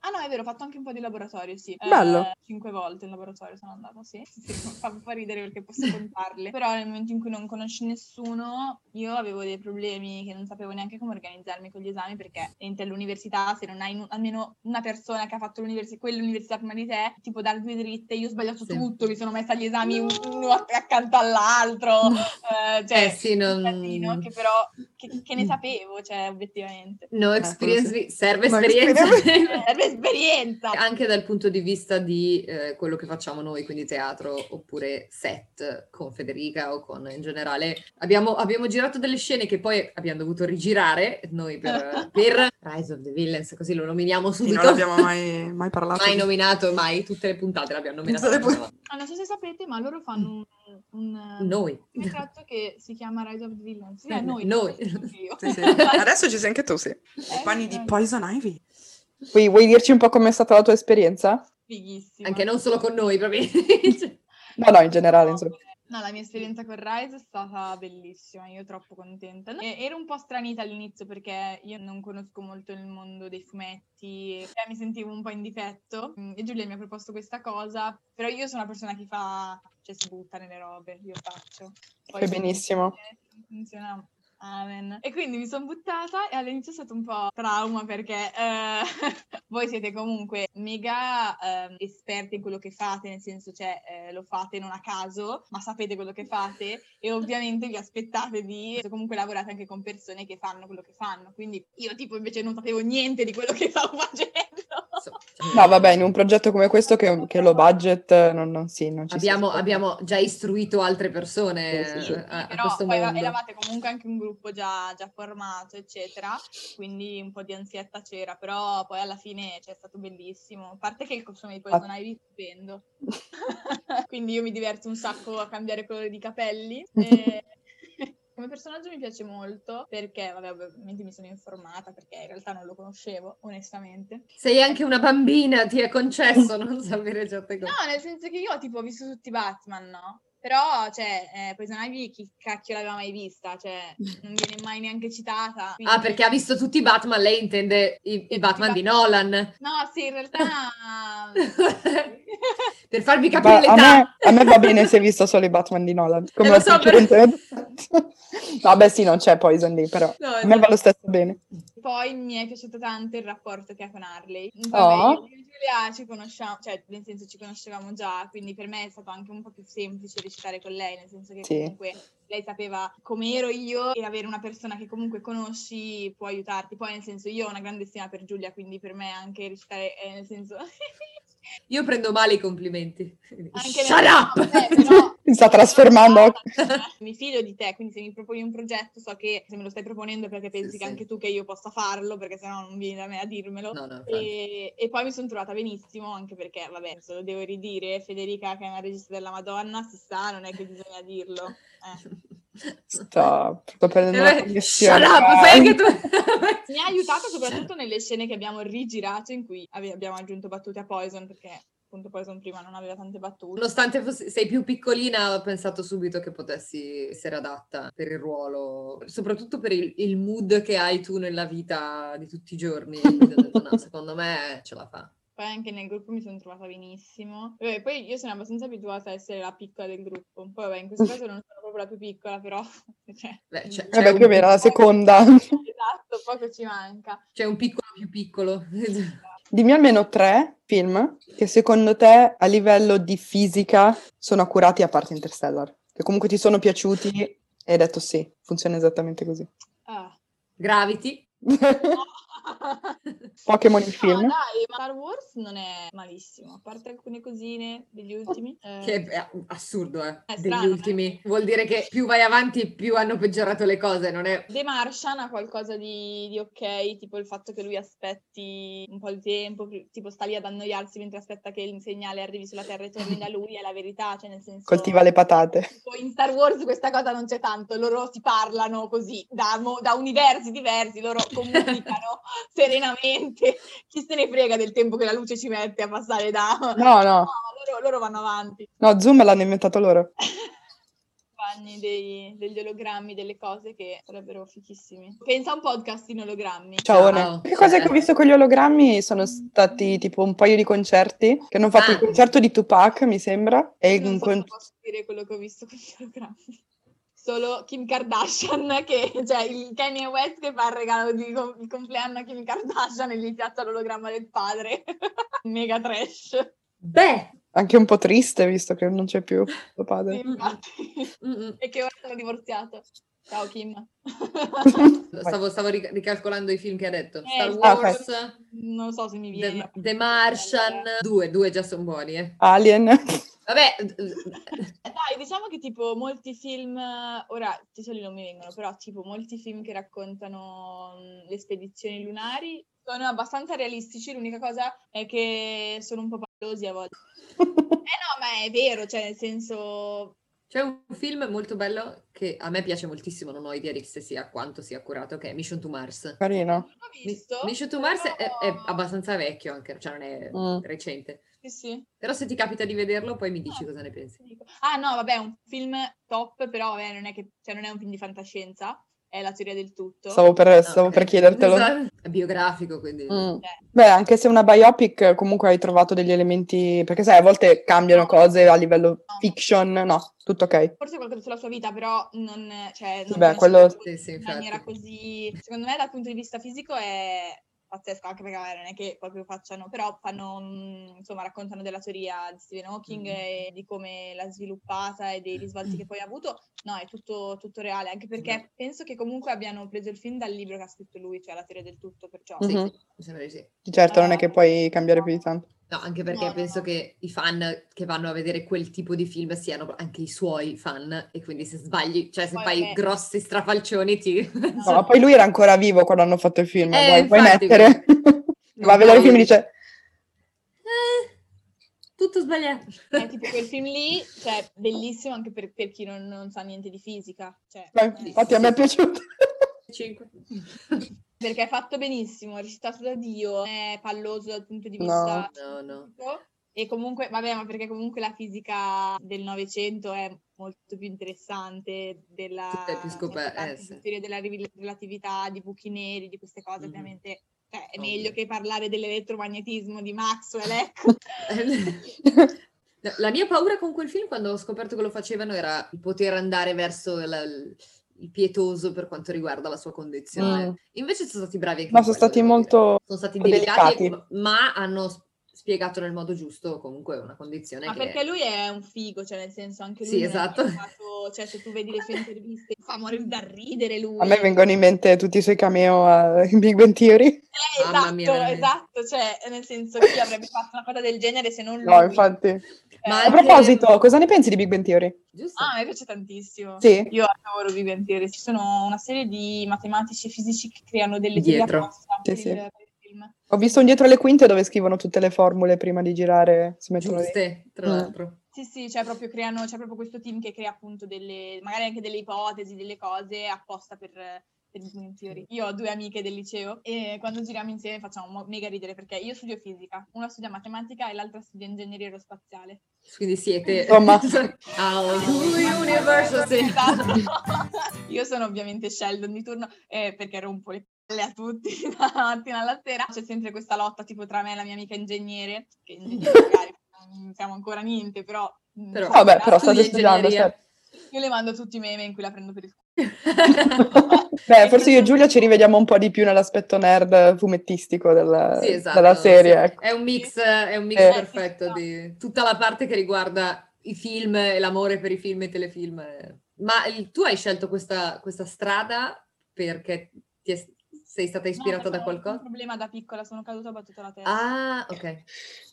Ah no, è vero, ho fatto anche un po' di laboratorio, sì. Eh,
Bello.
cinque volte in laboratorio sono andata, sì. Sì, sì, fa, fa ridere perché posso contarle. Però nel momento in cui non conosci nessuno, io avevo dei problemi che non sapevo neanche come organizzarmi con gli esami perché entri all'università, se non hai nu- almeno una persona che ha fatto l'università, quell'università prima di te, tipo dar due dritte, io ho sbagliato
Sì.
tutto, mi sono messa agli esami uno acc- accanto all'altro. eh, cioè,
Eh, sì, non-
un casino che però, che, che ne sapevo, cioè, obiettivamente.
no experience,
quello
serve
No
esperienza.
Eh, Serve esperienza!
anche dal punto di vista di eh, quello che facciamo noi, quindi teatro oppure set con Federica o con in generale. Abbiamo, abbiamo girato delle scene che poi abbiamo dovuto rigirare noi per, per Rise of the Villains, così lo nominiamo
Sì,
subito.
non l'abbiamo mai, mai parlato.
mai
di-
nominato, mai tutte le puntate l'abbiamo nominato.
Tutte le
Ah, Non so se sapete, ma loro fanno un, un,
Noi.
un tratto che si chiama Rise of the Villains. Sì,
Eh,
noi.
noi.
Io.
Sì, sì. Adesso ci sei anche tu, sì.
Eh,
I panni di
eh,
Poison Ivy.
Vuoi, vuoi dirci un po' com'è stata la tua esperienza?
Fighissimo.
Anche non solo con noi, probabilmente.
No, no, in generale, insomma.
No, la mia esperienza con Rise è stata bellissima, io troppo contenta. E- ero un po' stranita all'inizio perché io non conosco molto il mondo dei fumetti, e mi sentivo un po' in difetto Mm, e Giulia mi ha proposto questa cosa, però io sono una persona che fa, cioè si butta nelle robe, io faccio. Poi
Fai
se non
benissimo.
funziona, Funziona. Amen. E quindi mi sono buttata e all'inizio è stato un po' trauma perché eh, voi siete comunque mega ehm, esperti in quello che fate, nel senso cioè eh, lo fate non a caso, ma sapete quello che fate e ovviamente vi aspettate di comunque lavorate anche con persone che fanno quello che fanno. Quindi io tipo invece non sapevo niente di quello che stavo facendo.
Insomma,
No, vabbè, in un progetto come questo che, che è low budget, eh, non, non, sì, non ci si
abbiamo,
aspetta.
abbiamo già istruito altre persone
Sì, sì, sì.
eh, a, a
però
questo
poi
mondo.
eravate comunque anche un gruppo già, già formato, eccetera, quindi un po' di ansietta c'era, però poi alla fine cioè, è stato bellissimo. A parte che il costume
Ah.
di Poison Ivy è stupendo, quindi io mi diverto un sacco a cambiare colore di capelli. e- Come personaggio mi piace molto perché, vabbè, ovviamente mi sono informata perché in realtà non lo conoscevo, onestamente.
Sei anche una bambina, ti è concesso non sapere certe cose.
No, nel senso che io tipo ho visto tutti i Batman, no? Però, cioè, eh, Poison Ivy chi cacchio l'aveva mai vista? Cioè, non viene mai neanche citata. quindi-
Ah, perché ha visto tutti i Batman, lei intende i, i Batman di Nolan.
No, sì, in realtà...
per farvi
Ba-
capire
a,
l'età.
me, a me va bene se hai visto solo i Batman di Nolan. Come
Eh, lo so,
articolo
però-
interessante. Vabbè, sì, non c'è Poison lì, però
No,
a me va lo stesso bene.
Poi mi è piaciuto tanto il rapporto che ha con Harley.
Oh.
Vabbè, io e Giulia ci conosciamo, cioè nel senso ci conoscevamo già, quindi per me è stato anche un po' più semplice recitare con lei, nel senso che
Sì.
comunque lei sapeva come ero io e avere una persona che comunque conosci può aiutarti. Poi nel senso io ho una grande stima per Giulia, quindi per me anche recitare eh, nel senso...
Io prendo male i complimenti.
anche
Shut
nel-
up!
Eh, però-
Mi sta trasformando.
mi fido di te, quindi se mi proponi un progetto so che se me lo stai proponendo è perché pensi
Sì,
che
sì.
anche tu che io possa farlo, perché sennò non vieni da me a dirmelo.
No, no, infatti.
E, e poi mi sono trovata benissimo anche perché, vabbè, adesso lo devo ridire, Federica che è una regista della Madonna, si sa, non è che bisogna dirlo. Eh.
Stop. Sto prendendo una
Eh, Shut
connessione.
up, fai anche tu.
Mi ha aiutato soprattutto nelle scene che abbiamo rigirato in cui ave- abbiamo aggiunto battute a Poison perché appunto Poison prima non aveva tante battute.
Nonostante fossi- sei più piccolina, ho pensato subito che potessi essere adatta per il ruolo, soprattutto per il, il mood che hai tu nella vita di tutti i giorni. Quindi ho detto, no, secondo me ce la fa.
Poi anche nel gruppo mi sono trovata benissimo. Vabbè, poi io sono abbastanza abituata a essere la piccola del gruppo. Poi vabbè, in questo caso non sono proprio la più piccola, però... Cioè,
Beh,
Eh,
c'è- c'è
Mm. Vabbè,
un
più o meno la
poco-
seconda.
Esatto, poco ci manca.
C'è un piccolo più piccolo.
Dimmi almeno tre film che secondo te a livello di fisica sono accurati a parte Interstellar, che comunque ti sono piaciuti e hai detto sì, funziona esattamente così.
Ah.
Gravity.
Pokémon in film.
No, dai, ma Star Wars non è malissimo, a parte alcune cosine degli ultimi. eh,
Che è assurdo, eh,
È
degli
strano,
ultimi. Vuol dire che più vai avanti, più hanno peggiorato le cose, non è...
The Martian ha qualcosa di, di ok, tipo il fatto che lui aspetti un po' di tempo, pri- tipo sta lì ad annoiarsi mentre aspetta che il segnale arrivi sulla Terra e torni da lui, è la verità, cioè nel senso...
Coltiva le patate.
tipo, in Star Wars questa cosa non c'è tanto, loro si parlano così, da, mo- da universi diversi, loro comunicano serenamente, chi se ne frega del tempo che la luce ci mette a passare da...
No, no,
loro, loro vanno avanti.
no, Zoom l'hanno inventato loro.
Bagni dei- degli ologrammi, delle cose che sarebbero fichissimi. Pensa a un podcast in ologrammi. Cioè,
Ciao.
Ciao.
Che cosa che ho visto con gli ologrammi sono stati tipo un paio di concerti che hanno fatto
Ah.
il concerto di Tupac, mi sembra, e
Non
un
so
con-
se posso dire quello che ho visto con gli ologrammi. Solo Kim Kardashian, che, cioè il Kanye West che fa il regalo di com- il compleanno a Kim Kardashian e gli piazza l'ologramma del padre. Mega trash.
Beh,
anche un po' triste visto che non c'è più tuo
Sì,
padre.
infatti.
mm, mm.
e che ora sono divorziato. Ciao Kim.
Stavo, stavo ric- ricalcolando i film che ha detto.
Eh,
Star
ah,
Wars,
non so se mi viene.
The, The Martian, due, due già sono buoni. eh.
Alien.
Vabbè,
Eh, Dai, diciamo che tipo molti film, ora di solito non mi vengono, però tipo molti film che raccontano mh, le spedizioni lunari sono abbastanza realistici, l'unica cosa è che sono un po' pallosi a volte. Eh no, ma è vero, cioè nel senso...
c'è un film molto bello che a me piace moltissimo, non ho idea di se sia quanto sia accurato, che è Mission to Mars.
Carino.
Non l'ho
Mi-
visto.
Mission to Mars è,
però-
è abbastanza vecchio anche, cioè non è
Mm.
recente.
Sì, sì.
Però se ti capita di vederlo poi mi dici cosa ne pensi.
Ti
Eh,
dico. Ah no, vabbè, è un film top, però vabbè, non, è che, cioè, non è un film di fantascienza, è la teoria del tutto.
Stavo per, stavo
Ok.
per chiedertelo.
eh, È biografico, quindi...
Mm.
Cioè,
Beh, anche se una biopic comunque hai trovato degli elementi, perché sai, a volte cambiano cose a livello
Ah.
fiction, no, tutto ok.
forse qualcosa sulla sua vita, però non, cioè,
Sì,
non
beh,
conosce
quello-
tutto
Sì, sì,
in
infatti.
maniera così. Secondo me, dal punto di vista fisico è pazzesco, anche perché vabbè, non è che proprio facciano, però fanno, mm, insomma, raccontano della teoria di Stephen Hawking
Mm.
e di come l'ha sviluppata e dei risvolti che poi ha avuto. No, è tutto, tutto reale, anche perché
Beh.
penso che comunque abbiano preso il film dal libro che ha scritto lui, cioè la teoria del tutto, perciò.
Sì, sì,
Mhm.
mi sembra di sì.
Di certo non è che puoi cambiare più di tanto.
No, anche perché
No, no,
penso
no.
che i fan che vanno a vedere quel tipo di film siano anche i suoi fan e quindi se sbagli, cioè se
Poi,
fai
vabbè.
grossi strafalcioni ti...
No, ma poi lui era ancora vivo quando hanno fatto il film,
Eh,
vuoi, vuoi
infatti,
mettere? Va a vedere il
che
film e dice,
Eh, tutto sbagliato.
È tipo quel film lì, cioè, bellissimo anche per, per chi non, non sa niente di fisica. Cioè,
"Beh,
eh.
infatti a me è piaciuto.
Cinque.
Perché è fatto benissimo, è recitato da Dio, è palloso dal punto di
No.
vista
No, no.
fisico, E comunque, vabbè, ma perché comunque la fisica del Novecento è molto più interessante della
Sì, è più scoperta,
molto tanto
eh,
più
sì.
teoria della rivil- relatività, di buchi neri, di queste cose,
Mhm.
ovviamente. Cioè, è
Ovvio.
meglio che parlare dell'elettromagnetismo di Maxwell, ecco.
Eh, No, La mia paura con quel film quando ho scoperto che lo facevano era il poter andare verso la- il pietoso per quanto riguarda la sua condizione.
Mm.
Invece sono stati bravi anche
No,
in
sono
quello,
stati
devo dire.
molto...
sono stati
delicati.
delicati, ma hanno s- spiegato nel modo giusto comunque una condizione
Ma
che
perché lui è un figo, cioè nel senso anche lui
Sì,
non è
esatto.
mai stato- cioè se tu vedi le sue interviste fa morire da ridere lui.
A me vengono in mente tutti i suoi cameo a- in Big Bang Theory.
Eh,
Mamma mia,
esatto,
veramente.
esatto, cioè nel senso chi avrebbe fatto una cosa del genere se non lui.
No, infatti.
Cioè,
Ma
A
Mm. anche-
proposito, cosa ne pensi di Big Bang Theory?
giusto?
Ah, mi piace tantissimo.
Sì?
Io adoro Big Bang Theory. Ci sono una serie di matematici e fisici che creano delle teorie
Dietro.
apposta
Sì,
per
sì.
il- per il film.
Ho visto un dietro le quinte dove scrivono tutte le formule prima di girare, si mettono lì.
Giuste, tra
Mm.
l'altro.
Sì, sì, cioè proprio creano, c'è proprio questo team che crea appunto delle, magari anche delle ipotesi, delle cose apposta per, per i teori. Io ho due amiche del liceo e quando giriamo insieme facciamo mo- mega ridere perché io studio fisica, una studia matematica e l'altra studia ingegneria aerospaziale.
Quindi siete...
Insomma.
Ah, Our universe, sì.
Esatto. Io sono ovviamente Sheldon di turno eh, perché rompo le palle a tutti dalla mattina alla sera. C'è sempre questa lotta tipo tra me e la mia amica ingegnere, che ingegnere magari non siamo ancora niente, però... mm, mh,
Però-
insomma,
Vabbè, però
Studi
state studiando. cioè.
ingegneria.
aspetta.
Io le mando tutti i meme in cui la prendo per il culo.
Beh, forse io e Giulia ci rivediamo un po' di più nell'aspetto nerd fumettistico della,
Sì, esatto,
Eh, della serie.
sì.
ecco.
È un mix, è un mix
Eh.
perfetto di tutta la parte che riguarda i film e l'amore per i film e i telefilm. eh. Ma il- tu hai scelto questa, questa strada perché ti è- sei stata ispirata da
No, perché ho Un
qualcosa?
problema da piccola, sono caduta, ho battuto la testa.
Ah, ok.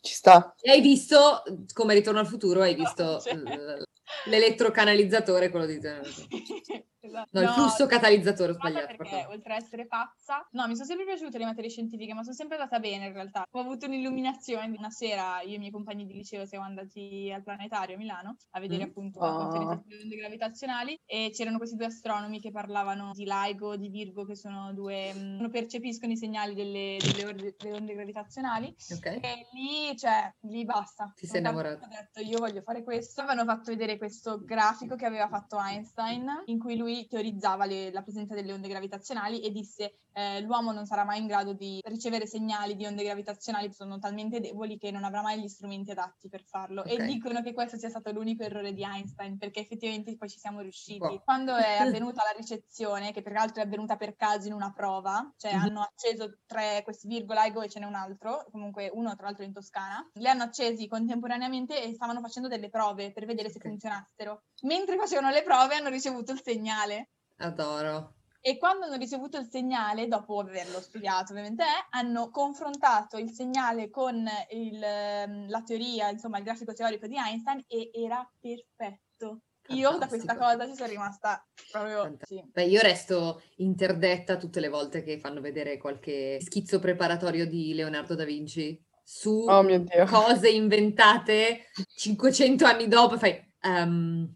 Ci sta.
E hai visto, come Ritorno al futuro, hai visto
Cioè.
l- l'elettrocanalizzatore, quello di... No,
Esatto.
il flusso catalizzatore, ho
sono fatta
sbagliato.
perché
pardon.
oltre a essere pazza, no, mi sono sempre piaciute le materie scientifiche, ma sono sempre andata bene in realtà. Ho avuto un'illuminazione. Una sera io e i miei compagni di liceo siamo andati al planetario a Milano a vedere
Mm.
appunto la
Ah.
conferenza sulle onde gravitazionali e c'erano questi due astronomi che parlavano di LIGO, di Virgo, che sono due, mm, non percepiscono i segnali delle, delle orde- delle onde gravitazionali
Ok.
e lì, cioè, lì basta.
Ti sei
Sono
innamorata.
partita, Ho detto, io voglio fare questo. Avevano fatto vedere questo grafico che aveva fatto Einstein, in cui lui teorizzava le- la presenza delle onde gravitazionali e disse eh, l'uomo non sarà mai in grado di ricevere segnali di onde gravitazionali, sono talmente deboli che non avrà mai gli strumenti adatti per farlo.
Ok.
E dicono che questo sia stato l'unico errore di Einstein, perché effettivamente poi ci siamo riusciti.
Wow.
Quando è avvenuta la ricezione, che peraltro è avvenuta per caso in una prova, cioè
Mhm.
hanno acceso tre questi virgolaigo e ce n'è un altro, comunque uno tra l'altro in Toscana, li hanno accesi contemporaneamente e stavano facendo delle prove per vedere se
Ok.
funzionassero. Mentre facevano le prove hanno ricevuto il segnale.
Adoro.
E quando hanno ricevuto il segnale, dopo averlo studiato ovviamente, eh, hanno confrontato il segnale con il, ehm, la teoria, insomma il grafico teorico di Einstein e era perfetto. Io da questa
Fantastico.
cosa ci sono rimasta proprio...
Fantastico.
Sì.
Beh, io resto interdetta tutte le volte che fanno vedere qualche schizzo preparatorio di Leonardo da Vinci su
Oh mio Dio.
cose inventate 500 anni dopo. Fai, ehm,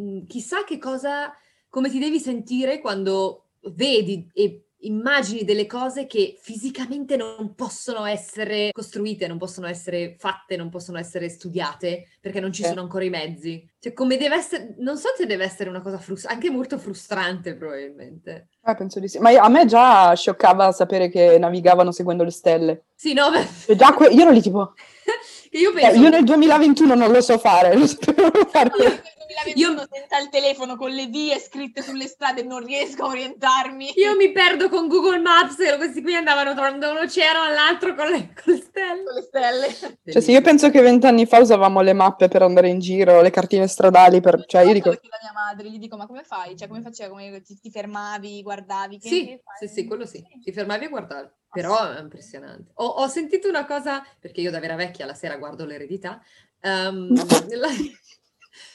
mm, chissà che cosa, come ti devi sentire quando vedi e immagini delle cose che fisicamente non possono essere costruite, non possono essere fatte, non possono essere studiate perché non ci
Sì.
sono ancora i mezzi. Cioè, come deve essere, non so se deve essere una cosa frus- anche molto frustrante probabilmente.
Ah, penso di sì. Ma io- a me già scioccava sapere che navigavano seguendo le stelle.
Sì, no, beh,
E già que- io ero lì tipo,
che io
eh,
penso...
io nel 2021 non lo so fare, non sapevo
Io
fare.
nel 2021 senza il telefono con le vie scritte sulle strade non riesco a orientarmi.
Io mi perdo con Google Maps e questi qui andavano tra- da un oceano all'altro con le, con le
con
stelle.
le stelle.
Cioè, sì, io penso che vent'anni fa usavamo le mappe per andare in giro, le cartine stradali, per... cioè io
Io
dico,
chiedo a mia madre, gli dico ma come fai? Cioè come faceva? Come ti, ti fermavi, guardavi? Che,
Sì,
che fai?" Ah,
sì, sì, quello sì. Ti fermavi a guardarlo. Però è impressionante. Ho, ho sentito una cosa, perché io da vera vecchia la sera guardo l'eredità. ehm, la-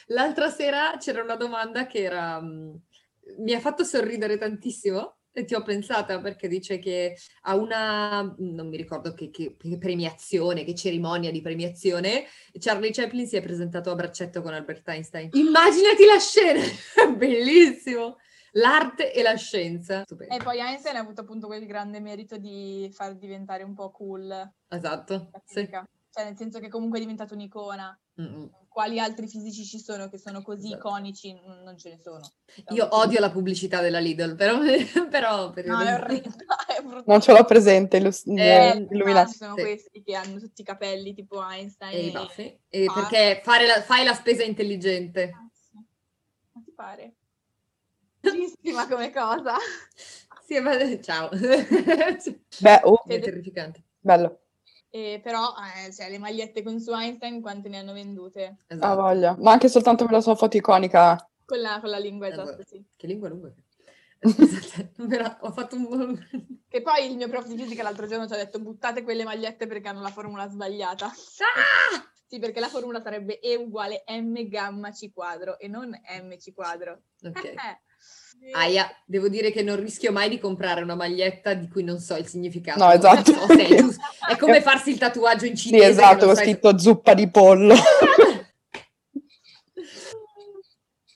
l'altra sera c'era una domanda che era... mm, mi ha fatto sorridere tantissimo e ti ho pensata perché dice che a una, mm, non mi ricordo che, che- che premiazione, che cerimonia di premiazione, Charlie Chaplin si è presentato a braccetto con Albert Einstein. Immaginati la scena, bellissimo! L'arte e la scienza. Stupendo.
E poi Einstein ha avuto appunto quel grande merito di far diventare un po' cool la
Esatto. Sì.
fisica. Cioè nel senso che comunque è diventato un'icona.
Mm, mm.
Quali altri fisici ci sono che sono così
Esatto.
iconici? N- Non ce ne sono.
Io odio la pubblicità della Lidl, però... però per
No, è orrenda, è brutta.
non ce l'ho presente, illu-
Eh,
illuminato.
Ci sono
Sì. Eh,
questi che hanno tutti i capelli tipo Einstein.
E i
e-
baffi. E
Ah.
perché fare la- fai la spesa intelligente.
Cazzo, Ma ti pare? Bellissima come cosa. Ah.
Sì, ma- ciao. È
Beh, oh,
eh, terrificante. esatto.
bello,
E però eh, cioè, le magliette con su Einstein quante ne hanno vendute?
ha
Esatto.
voglia. Ma anche soltanto quella sua foto iconica.
Con la, con la lingua
Esatto.
esatto, sì.
Che lingua lunga. Scusate, non me la- ho fatto un...
Che poi il mio prof di fisica l'altro giorno ci ha detto buttate quelle magliette perché hanno la formula sbagliata.
Ah!
Sì, perché la formula sarebbe E uguale M gamma C quadro e non MC quadro.
Ok.
Eh. Sì.
Aia, devo dire che non rischio mai di comprare una maglietta di cui non so il significato.
No, esatto.
Non so se è, giusto.
Eh.
È come farsi il tatuaggio in
Sì,
cinese. che
esatto,
non
ho
sai-
scritto zuppa di pollo.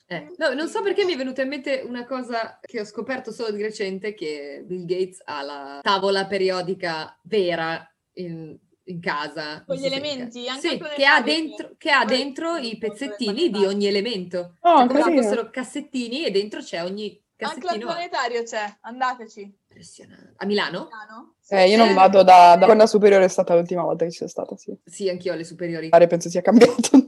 Eh, no, non so perché mi è venuta in mente una cosa che ho scoperto solo di recente, che Bill Gates ha la tavola periodica vera in, in casa. non
Con gli
so se-
elementi, anche
Sì,
con le
che ha,
fabbriche.
dentro, che ha
Poi-
dentro i
poi-
pezzettini di ogni elemento.
Oh,
Cioè, come se
carino.
fossero cassettini e dentro c'è ogni
Anche al
cassettino. ha-
planetario c'è, andateci.
Impressionante. A Milano?
Milano?
Eh, io
Eh,
non vado da, da quando a superiore è stata l'ultima volta che ci sono stata, sì.
Sì, anch'io alle superiori.
Pare penso sia cambiato.
Io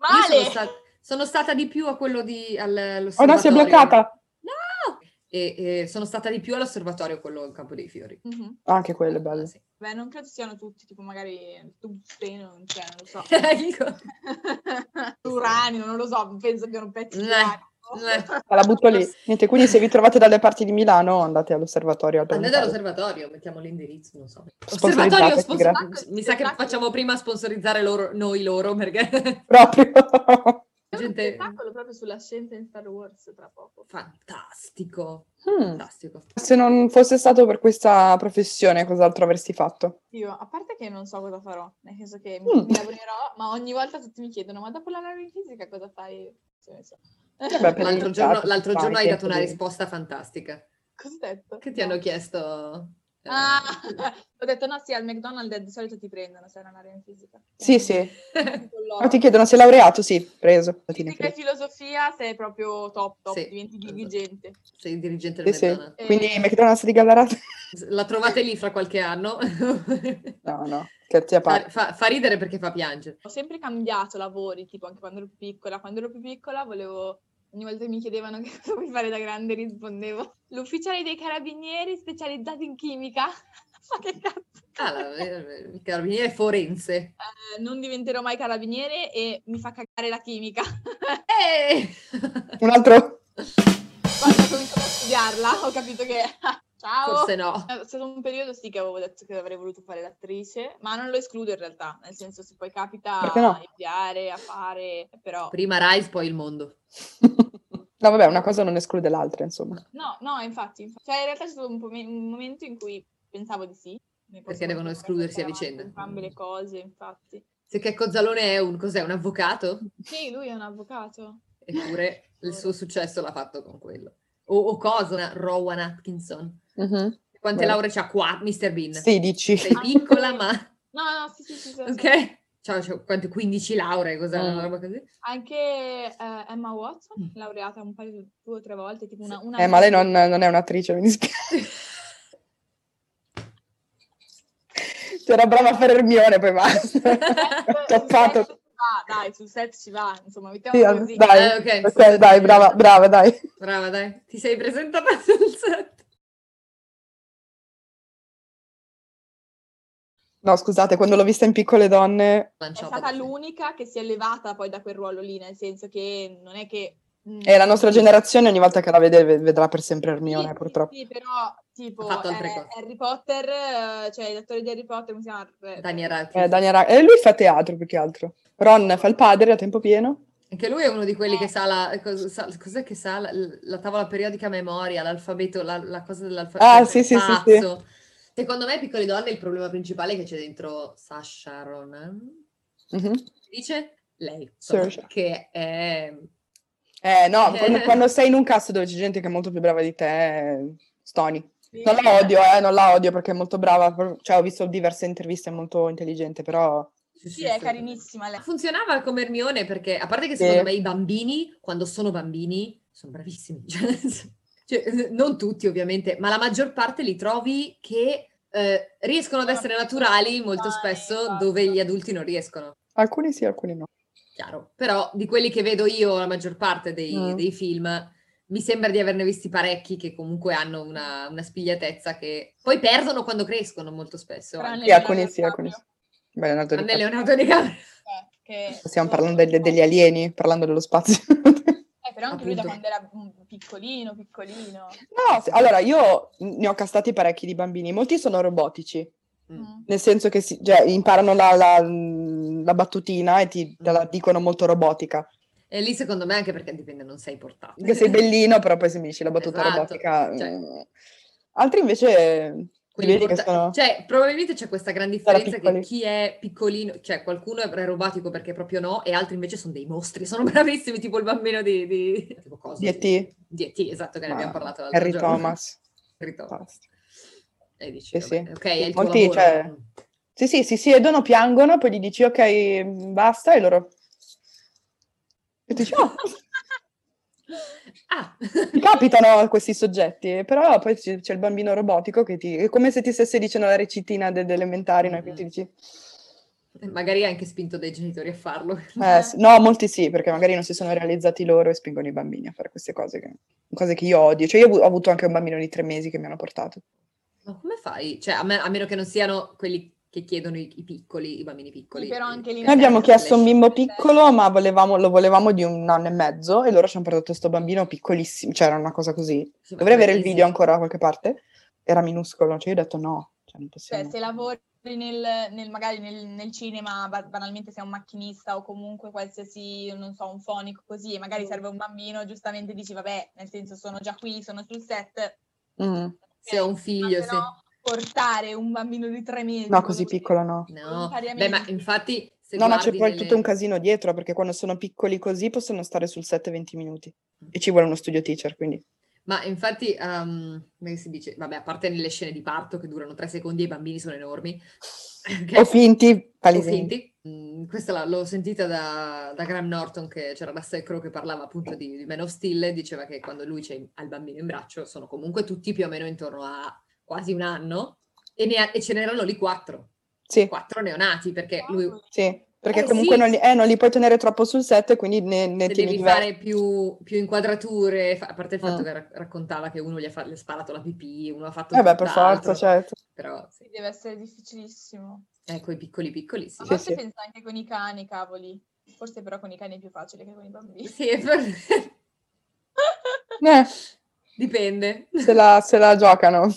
sono,
Male!
sta- sono stata di più a quello di
Oh
al,
no, si è
all'osservatorio.
bloccata.
No! E, e sono stata di più all'osservatorio quello al Campo dei Fiori.
Mhm.
Ah, Anche quello è bello.
Sì.
Beh, non credo siano tutti, tipo magari tungsteno, non c'è, non lo so.
Ecco.
Uranio, non lo so, penso che un pezzo di
Eh,
uranio.
Ma Ah, La butto lì. Niente, quindi se vi trovate dalle parti di Milano andate all'osservatorio. al
Andate
planetario.
all'osservatorio, mettiamo l'indirizzo, non so.
Sponsorizzate,
Osservatorio, sponsor-
grazie.
mi sa che facciamo prima sponsorizzare loro, noi loro perché
Proprio.
la
C'è un
gente
spettacolo proprio sulla scienza in Star Wars tra poco.
fantastico,
Hmm.
fantastico.
Se non fosse stato per questa professione, cos'altro avresti fatto?
Io, a parte che non so cosa farò, nel senso che
Mm.
mi, mi lavorerò, ma ogni volta tutti mi chiedono, ma dopo la laurea in fisica cosa fai? Cioè, ne so.
beh, per-
L'altro
il
giorno,
caso,
l'altro
fai
giorno hai dato
tempo
una
di-
risposta fantastica.
Cosa ho detto?
Che ti hanno chiesto? eh,
Ah, ho detto no, sì, al McDonald's di solito ti prendono se hai una laurea in fisica.
Sì, sì.
Con loro.
Ma ti chiedono se è laureato? Sì, preso. Non te ne
Fisica e
frega.
filosofia sei proprio top, top,
Sì.
diventi dirigente.
Sei il dirigente del
Sì, sì.
McDonald's.
Eh.
Quindi McDonald's di Gallarate?
La trovate lì fra qualche anno.
No, no, scherzi a parte.
fa, fa- fa ridere perché fa piangere.
Ho sempre cambiato lavori, tipo anche quando ero più piccola. Quando ero più piccola volevo... Ogni volta che mi chiedevano che cosa vuoi fare da grande rispondevo l'ufficiale dei carabinieri specializzato in chimica. Ma che cazzo?
Ah, la- eh, il carabiniere forense.
Eh, non diventerò mai carabiniere e mi fa cagare la chimica.
Eh!
Un altro?
Quando ho cominciato a studiarla ho capito che... Ciao! Eh,
Forse no.
È stato un periodo sì che avevo detto che avrei voluto fare l'attrice, ma non lo escludo in realtà, nel senso se poi capita
Perché no?
a iniziare, a fare, però...
Prima Rise, poi il mondo.
No, vabbè, una cosa non esclude l'altra, insomma.
No, no, infatti, infatti. Cioè, in realtà c'è stato un, pome- un momento in cui pensavo di sì. nel corso
Perché devono
della vita,
escludersi a
portare avanti
vicenda.
Entrambe le cose, infatti.
Se che Cozzalone è un, cos'è, un avvocato?
Sì, lui è un avvocato.
Eppure il suo successo l'ha fatto con quello. O, o cosa? una Rowan Atkinson.
Mhm.
Quante
Vero.
lauree c'ha qua, Mr. Bean?
Sedici.
Sei piccola, ma...
No, no, sì, sì, sì. sì, sì.
Ok? Ciao, ciao, quante 15 lauree, cos'è una
Mm.
roba così?
Anche eh, Emma Watson,
Mm.
laureata un paio, due o tre volte, tipo una... una
Eh, ma lei non, non è un'attrice, mi dispiace. C'era brava a fare Hermione, poi basta. Ho
Sul set
toppato.
ci va, dai, sul set ci va, insomma, mettiamo
Sì,
così.
dai.
Eh, ok.
Ok, dai, brava, brava, dai.
Brava, dai. Ti sei presentata sul set.
No, scusate, quando l'ho vista in Piccole Donne
È
Lanciava
stata
da sé.
l'unica che si è levata poi da quel ruolo lì, nel senso che non è che... mm,
e la nostra generazione ogni volta che la vede ve- vedrà per sempre
Sì,
Hermione,
sì,
purtroppo.
Sì, però tipo
Ha fatto altre
eh,
cose.
Harry Potter, eh, cioè l'attore di Harry Potter, come si chiama? Eh,
Daniel Radcliffe.
Eh, Daniel Ra- eh, lui fa teatro più che altro. Ron fa il padre a tempo pieno.
Anche lui è uno di quelli
Eh.
che sa la... cos- sa- cos'è che sa? La, la tavola periodica a memoria, l'alfabeto, la, la cosa dell'alfabeto.
Ah, sì, sì, sì, sì.
Pazzo. Secondo me, Piccole Donne, il problema principale è che c'è dentro Sasha Ronan.
Mhm.
Dice lei, insomma,
Saoirse.
che è...
Eh no, quando,
Eh.
quando sei in un cast dove c'è gente che è molto più brava di te, eh, stoni.
sì.
Non la odio, eh, non la odio perché è molto brava, pro- cioè ho visto diverse interviste, è molto intelligente, però...
Sì, è carinissima lei.
Funzionava come Hermione perché, a parte che secondo
Sì.
me i bambini, quando sono bambini, sono bravissimi. Cioè, cioè, non tutti ovviamente, ma la maggior parte li trovi che eh, riescono ad essere naturali molto spesso dove gli adulti non riescono.
Alcuni sì, alcuni no.
Chiaro. Però di quelli che vedo io, la maggior parte dei,
Mm.
dei film, mi sembra di averne visti parecchi che comunque hanno una, una spigliatezza che poi perdono quando crescono molto spesso.
Tranne
anche.
Sì, alcuni sì, alcuni
Leonardo
sì. Beh, Leonardo
Tranne
DiCaprio.
Leonardo DiCaprio.
DiCaprio, eh, che-
Stiamo parlando degli, degli alieni, parlando dello spazio. no,
Eh, però anche lui
Appunto.
da quando era mm, piccolino, piccolino.
sì, allora io ne ho castati parecchi di bambini, molti sono robotici,
Mm.
Mm.
nel senso che si- cioè, imparano la, la- la la battutina e ti te la dicono molto robotica.
E lì secondo me anche perché dipende, non sei portato.
Che sei bellino, però poi se mi dici la battuta
Esatto,
robotica...
cioè.
mm. Altri invece... li
Quindi
vedi che
porta-
sono-
Cioè, probabilmente c'è questa gran differenza che
piccoli.
chi è piccolino, cioè qualcuno è aerobatico perché proprio no, e altri invece sono dei mostri, sono bravissimi, tipo il bambino di... di... Tipo cosa?
Di E.T.?
Di E.T., esatto, che ne
Ma-
abbiamo parlato l'altro
Harry
giorno.
Thomas.
Harry Thomas.
Basta.
E dici,
Sì, sì.
vabbè, ok, è il tuo
Molti,
lavoro.
cioè, Sì, sì, si siedono, piangono, poi gli dici ok, basta, e loro... E tu dici, oh,
Ah!
ti capitano questi soggetti, però poi c- c'è il bambino robotico che ti... È come se ti stesse dicendo la recitina delle elementari, no? E
Mm-hmm.
quindi dici...
Magari anche spinto dai genitori a farlo.
Eh, s- no, molti sì, perché magari non si sono realizzati loro e spingono i bambini a fare queste cose che, cose che io odio. Cioè, io ho avu- ho avuto anche un bambino di tre mesi che mi hanno portato.
Ma come fai? Cioè, a, me- a meno che non siano quelli che chiedono i, i piccoli, i bambini piccoli.
Però anche lì-
Noi abbiamo
Eh,
chiesto un
le-
bimbo piccolo, ma volevamo- lo volevamo di un anno e mezzo e loro ci hanno portato questo bambino piccolissimo, cioè era una cosa così.
Sì, ma
Dovrei avere il
bellissimo.
video ancora da qualche parte. Era minuscolo, cioè io ho detto no, cioè non possiamo.
Cioè, se lavori nel, nel- magari nel, nel cinema, ba- banalmente sei un macchinista o comunque qualsiasi, non so, un fonico così, e magari serve un bambino, giustamente dici, vabbè, nel senso sono già qui, sono sul set.
Mm.
Se ho un figlio,
Ma se no, portare un bambino di tre mesi.
No, così
così,
piccolo no.
No,
volontariamente.
beh, ma infatti se
No, ma c'è
guardi
poi
nelle-
tutto un casino dietro, perché quando sono piccoli così possono stare sul set 20 minuti e ci vuole uno studio teacher, quindi...
Ma infatti, ehm, come si dice? Vabbè, a parte nelle scene di parto che durano tre secondi e i bambini sono enormi. ok?
O finti,
O
palesemente.
Cioè, finti. Mm, Questa la- l'ho sentita da, da Graham Norton, che c'era Russell Crowe che parlava appunto di, di Man of Steel, e diceva che quando lui c'è il bambino in braccio sono comunque tutti più o meno intorno a quasi un anno e, ne ha- e ce n'erano lì quattro,
Sì,
quattro neonati, perché lui
sì, perché
Eh,
comunque
sì.
non li, eh, non li puoi tenere troppo sul set, quindi ne, ne
se
tieni
devi
diversi.
fare più, più inquadrature, fa- a parte il fatto
Mm.
che ra- raccontava che uno gli ha, fa- gli ha sparato la pipì, uno ha fatto
Eh beh, per
tutt'altro,
forza, certo.
però sì,
Deve essere difficilissimo.
ecco i piccoli
A
piccolissimi.
Sì,
volte
sì.
pensa anche con i cani, cavoli. Forse però con i cani è più facile che con i bambini.
Sì, è per-
Eh,
dipende.
se la, se la giocano.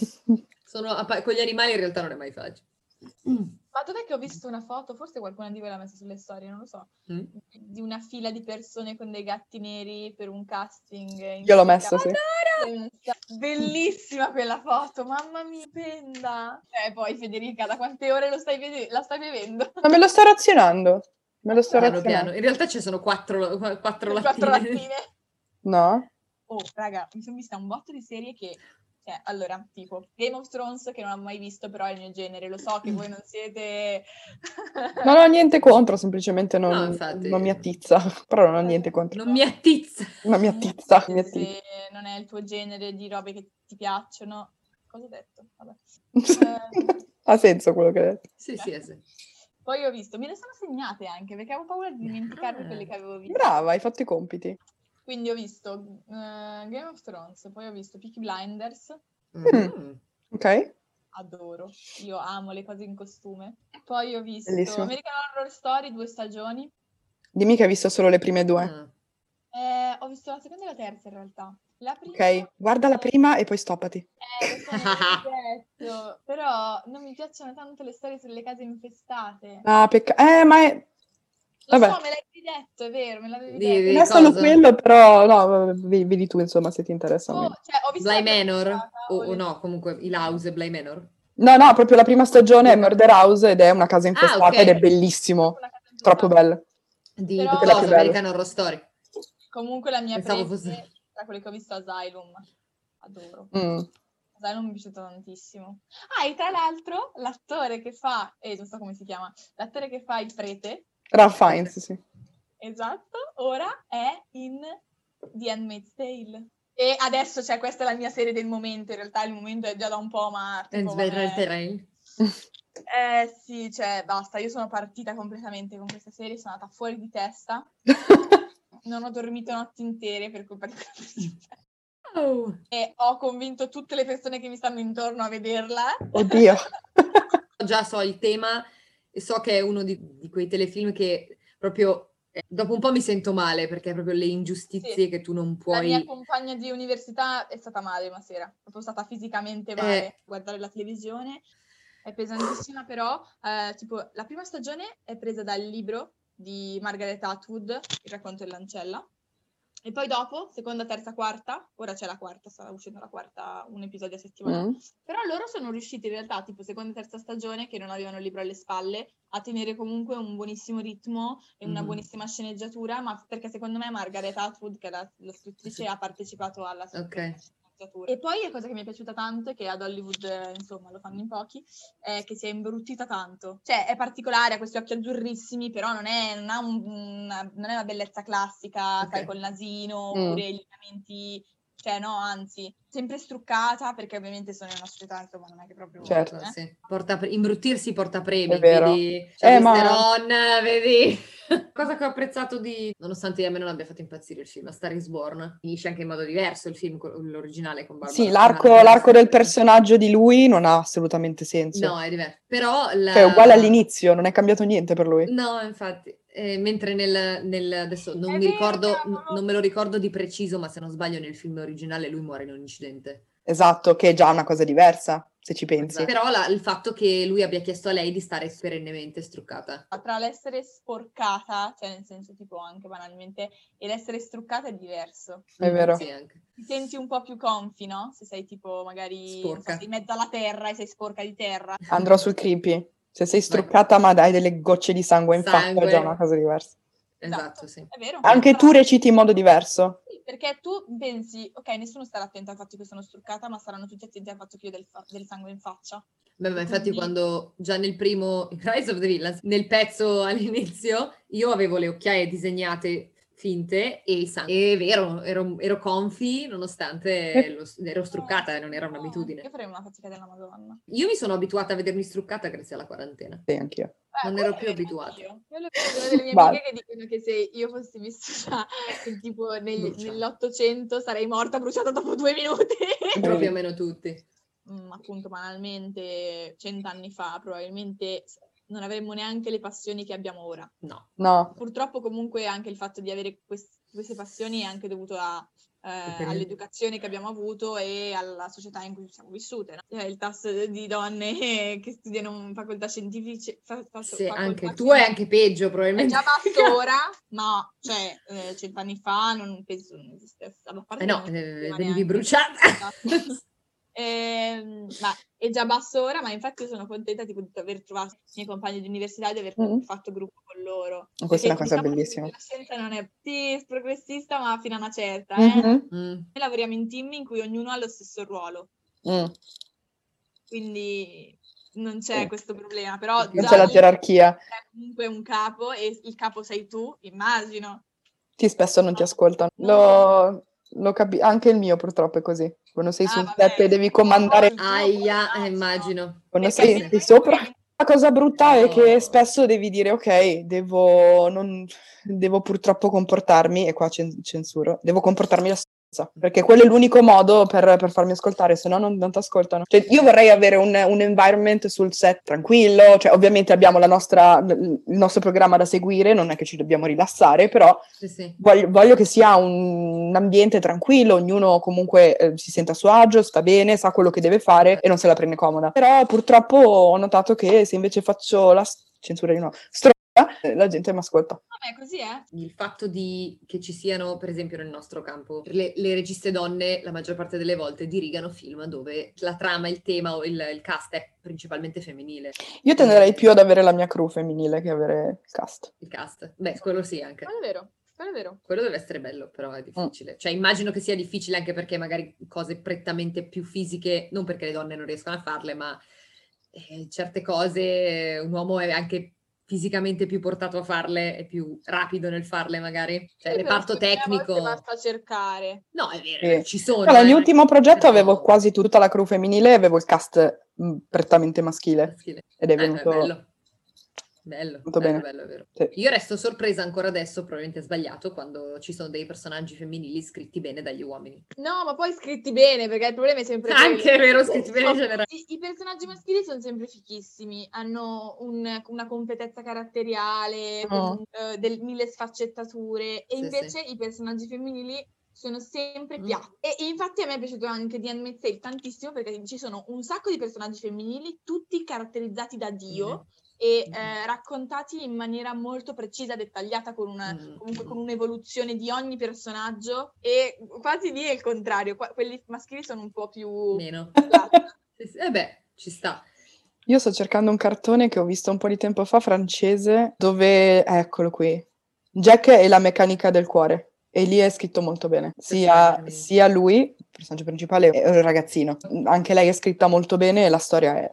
Sono a pa- con gli animali in realtà non è mai facile.
Ma dov'è che ho visto una foto? Forse qualcuna di voi l'ha messa sulle storie, non lo so.
Mm.
Di una fila di persone con dei gatti neri per un casting. in
Io l'ho messo, sì.
Sicilia. Bellissima quella foto, mamma mia, penda. Eh, poi Federica, da quante ore lo stai vede- la stai bevendo?
Ma me lo sto razionando. Me lo sto
Piano
razionando.
piano. In realtà ci sono quattro, qu- quattro
Quattro
lattine.
lattine.
No?
Oh, raga, mi sono vista un botto di serie che... Cioè, allora, tipo Game of Thrones che non ho mai visto, però è il mio genere. Lo so che voi non siete...
Non ho niente contro, semplicemente non,
No, infatti.
non mi attizza. Però non ho niente contro.
Non mi attizza.
Non mi attizza. mi attizza.
cioè, se non è il tuo genere di robe che ti piacciono. Cosa ho detto? Vabbè.
ha senso quello che hai detto.
Sì, sì, sì.
Poi ho visto, me le sono segnate anche perché avevo paura di dimenticarmi
Ah.
quelle che avevo visto.
Brava, hai fatto i compiti.
Quindi ho visto eh, Game of Thrones, poi ho visto Peaky Blinders,
Mm.
Ok?
adoro, io amo le cose in costume. Poi ho visto
Bellissimo.
American Horror Story, due stagioni.
Dimmi che hai visto solo le prime due.
Ah.
Eh, ho visto la seconda e la terza in realtà. La prima
Ok? Guarda la prima e poi stoppati.
Eh, lo so, non l'ho detto, però non mi piacciono tanto le storie sulle case infestate.
Ah, peccato. Eh, ma è...
Lo
vabbè.
so, me l'hai detto, è vero, me l'avevi
Di-
detto.
di-
Non è solo
cosa?
quello, però no, vedi vedi tu insomma se ti interessa. o
Oh,
meno.
cioè, ho visto
Bly
la prima
Manor
puntata,
o,
ho
o no, comunque il house è Bly Manor.
No, no, proprio la prima stagione è Murder House ed è una casa infestata
Ah, ok. Ah.
ed è
letto
bellissimo,
una casa
troppo
infestata.
bello.
Di
Però-
cosa?
Quella più bella.
American Horror Story.
Comunque la mia
Pensavo
presa
fosse-
tra quelle che ho visto Asylum. Adoro.
Mm.
Asylum mi è piaciuto tantissimo. Ah, e tra l'altro l'attore che fa, eh, non so come si chiama, l'attore che fa il prete,
Ralph Fiennes, sì.
esatto, ora è in The Handmaid's Tale. E adesso, cioè, questa è la mia serie del momento, in realtà il momento è già da un po', ma...
And
tipo,
Sverre
vabbè.
Terrain.
Eh sì, cioè basta, io sono partita completamente con questa serie, sono andata fuori di testa, non ho dormito notti intere per colpa di questa serie.
Oh.
e ho convinto tutte le persone che mi stanno intorno a vederla.
Oddio. Mm.
già so il tema e so che è uno di, di quei telefilm che proprio eh, dopo un po' mi sento male perché è proprio le ingiustizie
Sì.
che tu non
La
puoi.
mia compagna di università è stata male una sera, è proprio stata fisicamente male
Eh.
a guardare la televisione è pesantissima, però eh, tipo la prima stagione è presa dal libro di Margaret Atwood, Il racconto dell'ancella. E poi dopo, seconda, terza, quarta, ora c'è la quarta, sta uscendo la quarta, un episodio a settimana.
Mm.
Però loro sono riusciti in realtà, tipo seconda e terza stagione, che non avevano il libro alle spalle, a tenere comunque un buonissimo ritmo e una
Mm.
buonissima sceneggiatura, ma perché secondo me Margaret Atwood, che è la, la scrittrice, ha partecipato alla sua
Ok.
sceneggiatura. E poi la cosa che mi è piaciuta tanto, e che ad Hollywood eh, insomma lo fanno in pochi, è che si è imbruttita tanto. Cioè è particolare, ha questi occhi azzurrissimi, però non è, non ha un- una, non è una bellezza classica,
Ok. Mm.
sai, col nasino, oppure i lineamenti... Cioè no, anzi, sempre struccata perché ovviamente sono in una società, insomma, non è che proprio...
Certo.
eh.
Sì. Porta pre- imbruttirsi porta premi,
È vero. Eh,
vedi Charlize
ma-
Theron, vedi cosa che ho apprezzato di nonostante a me non abbia fatto impazzire il film, a Star is Born finisce anche in modo diverso il film quello- l'originale con Barbara
Sì, l'arco,
Streisand.
l'arco del personaggio di lui non ha assolutamente senso.
No, è diverso. Però la...
Cioè, è uguale all'inizio, non è cambiato niente per lui.
No, infatti, eh, mentre nel, nel- adesso non
È
mi
vero,
ricordo,
cavolo!
non me lo ricordo di preciso, ma se non sbaglio nel film originale lui muore in un incidente.
Esatto, che è già una cosa diversa, se ci pensi.
Però la- il fatto che lui abbia chiesto a lei di stare perennemente struccata.
Ma tra l'essere sporcata, cioè nel senso tipo anche banalmente, e l'essere struccata è diverso.
È vero.
Mm, Sì, anche.
Ti senti un po' più confi, no? Se sei tipo magari non so,
Sporca.
sei in mezzo alla terra e sei sporca di terra.
Andrò sul creepy. Se sei struccata, ma dai delle gocce di sangue in faccia,
Sangue.
è già una cosa diversa.
Esatto, sì.
È vero.
Anche tu
Però-
reciti in modo diverso.
sì, Perché tu pensi, ok, nessuno starà attento al fatto che sono struccata, ma saranno tutti attenti al fatto che io ho del, fa- del sangue in faccia.
Beh, ma infatti
Quindi-
quando già nel primo in Rise of the Villains, nel pezzo all'inizio, io avevo le occhiaie disegnate finte e il sangue. È vero, ero, ero confi nonostante lo- ero struccata, eh, non era
No,
un'abitudine.
Io farei una fatica della Madonna.
Io mi sono abituata a vedermi struccata grazie alla quarantena.
Sì, anch'io.
Eh,
Non
quello
ero più
è vero,
abituata.
anch'io. Quello è una delle mie
Vale.
amiche che dicono che se io fossi vissuta eh, tipo nel-
Bruciata.
nell'Ottocento sarei morta bruciata dopo due minuti.
Proprio meno tutti.
Mm, appunto, banalmente, cent'anni fa probabilmente s- non avremmo neanche le passioni che abbiamo ora.
No.
No,
Purtroppo comunque anche il fatto di avere quest- queste passioni è anche dovuto a, eh,
periodo.
all'educazione che abbiamo avuto e alla società in cui siamo vissute. no? Eh, Il tasso di donne che studiano in facoltà scientifiche... fa- fa-
Se
facoltà
anche tu è anche peggio,
è
probabilmente.
già
Esatto.
basso ora, ma cioè eh, cent'anni fa non penso non esistesse. A parte
Eh no,
che non
eh,
esisteva
venivi
neanche. Esatto.
bruciata.
Ehm, ma è già basso ora, ma infatti sono contenta tipo, di aver trovato i miei compagni di università e di aver
Mm.
fatto gruppo con loro.
questa è una
Perché
cosa
diciamo che
bellissima.
La scienza non è sì, progressista, ma fino a una certa. eh.
Mhm,
Mm.
Noi lavoriamo in team in cui ognuno ha lo stesso ruolo,
mm.
quindi non c'è
Sì.
questo problema. Però
Non
Non
già
c'è la
lì
gerarchia.
c'è comunque un capo e il capo sei tu, immagino.
Sì, spesso non ti ascoltano. Lo, lo capi- anche il mio purtroppo è così. Quando sei
Ah,
sul
vabbè.
set e devi comandare,
No,
Aia,
no,
eh, immagino.
quando
perché
sei,
se
sei
no-
sopra, la cosa brutta è
No.
che spesso devi dire ok, devo, non- devo purtroppo comportarmi, e qua cen- censuro, devo comportarmi la stessa, perché quello è l'unico modo per, per farmi ascoltare, se no non, non ti ascoltano. Cioè, io vorrei avere un, un environment sul set tranquillo, cioè ovviamente abbiamo la nostra- il nostro programma da seguire, non è che ci dobbiamo rilassare, però
Sì, sì.
voglio, voglio che sia un, un ambiente tranquillo, ognuno comunque eh, si senta a suo agio, sta bene, sa quello che deve fare e non se la prende comoda. Però purtroppo ho notato che se invece faccio la s- censura di nuovo, stronza, eh, la gente mi ascolta.
Vabbè, così eh. è.
Il fatto di che ci siano, per esempio, nel nostro campo, le, le registe donne, la maggior parte delle volte, dirigano film dove la trama, il tema o il, il cast è principalmente femminile.
Io tenderei più ad avere la mia crew femminile che avere il cast.
Il cast. Beh, quello sì, anche.
Quello è vero, quello è vero.
Quello deve essere bello, però
Mm.
è difficile. Cioè, immagino che sia difficile anche perché magari cose prettamente più fisiche, non perché le donne non riescono a farle, ma eh, certe cose eh, un uomo è anche fisicamente più portato a farle, è più rapido nel farle magari. Cioè,
Sì, però
reparto
secondo me a
tecnico.
volte Basta cercare.
No, è vero,
Sì.
ci sono.
Allora,
eh,
nell'ultimo progetto
però-
avevo quasi tutta la crew femminile e avevo il cast mh, prettamente maschile
maschile.
ed è
Eh, beh,
venuto...
bello. Bello,
Molto
bello,
bene.
bello, è vero.
Sì.
Io resto sorpresa ancora adesso, probabilmente sbagliato, quando ci sono dei personaggi femminili scritti bene dagli uomini.
No, ma poi scritti bene, perché il problema è sempre quello.
Anche è vero, scritti bene cioè, in generale.
I, i personaggi maschili sono sempre fichissimi, hanno un- una completezza caratteriale,
Mm.
un- eh, del- mille sfaccettature, e
Sì, Mm.
invece i personaggi femminili sono sempre piatte. E infatti a me è piaciuto anche di Handmaid's Tale tantissimo perché ci sono un sacco di personaggi femminili, tutti caratterizzati da
Mm-hmm.
Dio
Mm.
e eh, raccontati in maniera molto precisa, dettagliata, con, una-
Mm.
comunque con un'evoluzione di ogni personaggio. E quasi lì è il contrario, qua- quelli maschili sono un po' più... Esatto.
Meno.
piatti.
Sì, sì, Eh beh, ci sta.
Io sto cercando un cartone che ho visto un po' di tempo fa, francese, dove... Eccolo qui. Jack e la meccanica del cuore. E lì è scritto molto bene. Sia,
Personaggio.
sia lui, il personaggio principale, è un ragazzino. Anche lei è scritta molto bene e la storia è...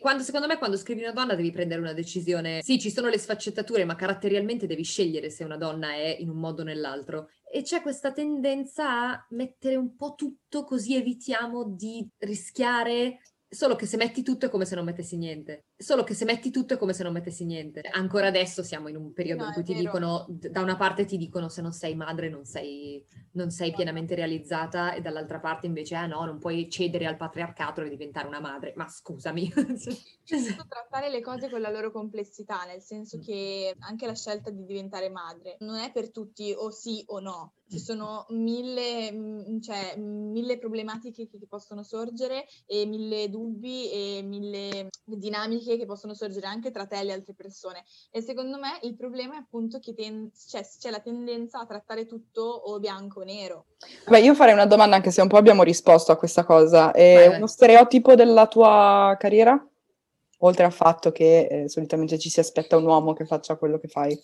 Quando, secondo me, quando scrivi una donna devi prendere una decisione. Sì, ci sono le sfaccettature, ma caratterialmente devi scegliere se una donna è in un modo o nell'altro. E c'è questa tendenza a mettere un po' tutto così evitiamo di rischiare. Solo che se metti tutto è come se non mettessi niente. Solo che se metti tutto è come se non mettessi niente. Ancora adesso siamo in un periodo
No,
in
è
cui ti
vero.
dicono, d- da una parte ti dicono se non sei madre non sei, non sei pienamente realizzata e dall'altra parte invece, ah no, non puoi cedere al patriarcato e diventare una madre. Ma scusami.
Posso Cioè, trattare le cose con la loro complessità, nel senso che anche la scelta di diventare madre non è per tutti o sì o no. Ci sono mille, mm, cioè, mille problematiche che, che possono sorgere e mille dubbi e mille dinamiche che possono sorgere anche tra te e le altre persone. E secondo me il problema è appunto che ten- cioè, c'è la tendenza a trattare tutto o bianco o nero.
Beh, io farei una domanda, anche se un po' abbiamo risposto a questa cosa. È
Vai, vai.
uno stereotipo della tua carriera? Oltre al fatto che eh, solitamente ci si aspetta un uomo che faccia quello che fai.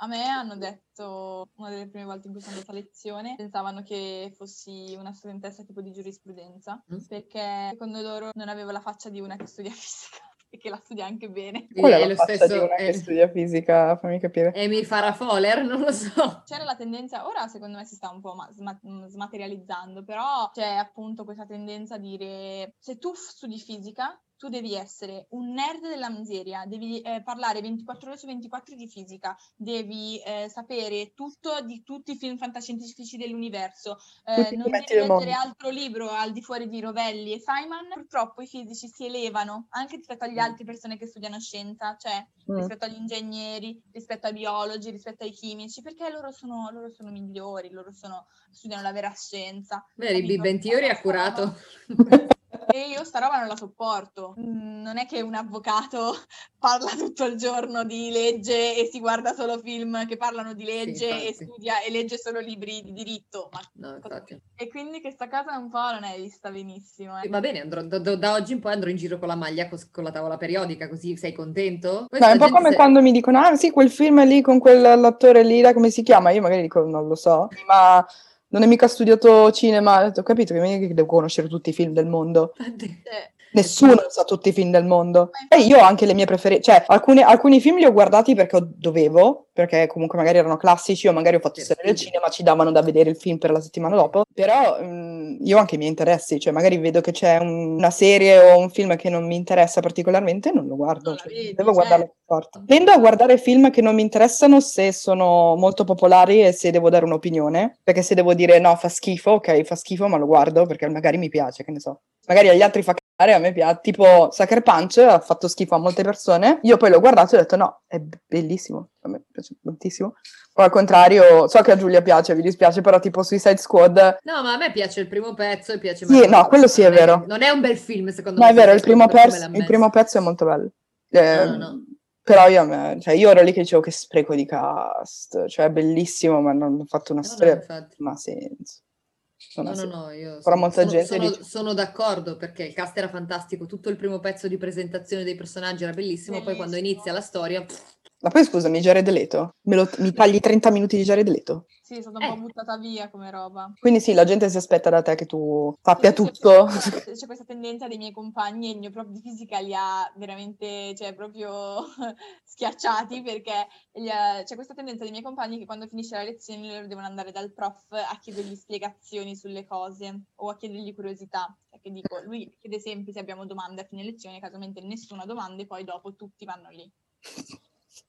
A me hanno detto, una delle prime volte in cui sono andata a lezione, pensavano che fossi una studentessa tipo di giurisprudenza,
Mm.
perché secondo loro non avevo la faccia di una che studia fisica e che la studia anche bene.
Quella
è
è
lo
la faccia
stesso-
di una
è- Eh,
che studia fisica, fammi capire.
E mi farà Foller, non lo so.
C'era la tendenza, ora secondo me si sta un po' ma- sma- mh, smaterializzando, però c'è appunto questa tendenza a dire se tu f- studi fisica, tu devi essere un nerd della miseria, devi eh, parlare 24 ore su 24 di fisica, devi eh, sapere tutto di tutti i film fantascientifici dell'universo, eh,
Tutti i
non
fumetti
devi
del
leggere
mondo.
altro libro al di fuori di Rovelli e Feynman. Purtroppo i fisici si elevano anche rispetto agli altri persone che studiano scienza, cioè
Mm.
rispetto agli ingegneri, rispetto ai biologi, rispetto ai chimici, perché loro sono, loro sono migliori, loro sono- studiano la vera scienza.
Vedi,
Capito?
Big Bang Theory ha
Sta roba-
curato.
E io sta roba non la sopporto. Mm, Non è che un avvocato parla tutto il giorno di legge e si guarda solo film che parlano di legge e
infatti.
studia e legge solo libri di diritto. ma-
No, infatti.
E quindi questa cosa un po' non è vista benissimo. eh.
Va bene, andrò, da, da- da oggi in poi andrò in giro con la maglia cos- con la tavola periodica, così sei contento?
No,
Questa
è un po'
gente
come
se-
quando mi dicono, ah sì, quel film lì con quell'attore lì, là, come si chiama? Io magari dico, non lo so, ma non è mica studiato cinema. Ho detto, Ho capito che non è che devo conoscere tutti i film del mondo.
Cioè,
Nessuno sa tutti i film del mondo.
Ma
E
infatti-
io ho anche le mie preferenze, cioè alcune- alcuni film li ho guardati perché ho- dovevo, perché comunque magari erano classici o magari ho fatto
Per
storia del
studio.
cinema, ci davano da vedere il film per la settimana dopo, però mm, io ho anche i miei interessi, cioè magari vedo che c'è un- una serie o un film che non mi interessa particolarmente, non lo guardo,
Non la
cioè,
vedi, certo.
devo guardarlo per forza. Tendo a guardare film che non mi interessano se sono molto popolari e se devo dare un'opinione, perché se devo dire no, fa schifo, ok, fa schifo, ma lo guardo perché magari mi piace, che ne so. Magari agli altri fa fare, a me piace. Tipo Sucker Punch ha fatto schifo a molte persone. Io poi l'ho guardato e ho detto no, è bellissimo, a me piace tantissimo. Poi al contrario, so che a Giulia piace, mi dispiace, però tipo Suicide Squad,
No, ma a me piace il primo pezzo e piace...
Sì,
Michael
no, quello sì,
Jackson.
è
Non
vero.
Non è un bel film, secondo
no
me.
è vero,
se
il primo,
per come
pezzo-
l'ha
il
messo.
primo pezzo è molto bello. Eh,
No, no, no.
Però io, a me- cioè, io ero lì che dicevo che spreco di cast, cioè è bellissimo, ma non ho fatto una
No, no,
storia,
infatti.
non ha senso. Non
No,
ha
no,
senso.
no, io
Però
sono,
molta
sono-
gente
sono-
dice-
sono d'accordo perché il cast era fantastico, tutto il primo pezzo di presentazione dei personaggi era bellissimo, poi quando
Bellissimo.
inizia la storia... pff,
Ma poi scusami, Jared Leto, me lo- mi tagli 30 minuti di Jared Leto?
sì, è stata un
Eh.
po' buttata via come roba.
Quindi sì, la gente si aspetta da te che tu sappia
Sì, Cioè, c'è-
tutto.
C'è, c'è questa tendenza dei miei compagni e il mio prof di fisica li ha veramente, cioè, proprio schiacciati perché gli ha- c'è questa tendenza dei miei compagni che quando finisce la lezione loro devono andare dal prof a chiedergli spiegazioni sulle cose o a chiedergli curiosità. Perché dico, lui chiede sempre se abbiamo domande a fine lezione, casualmente nessuna domanda e poi dopo tutti vanno lì.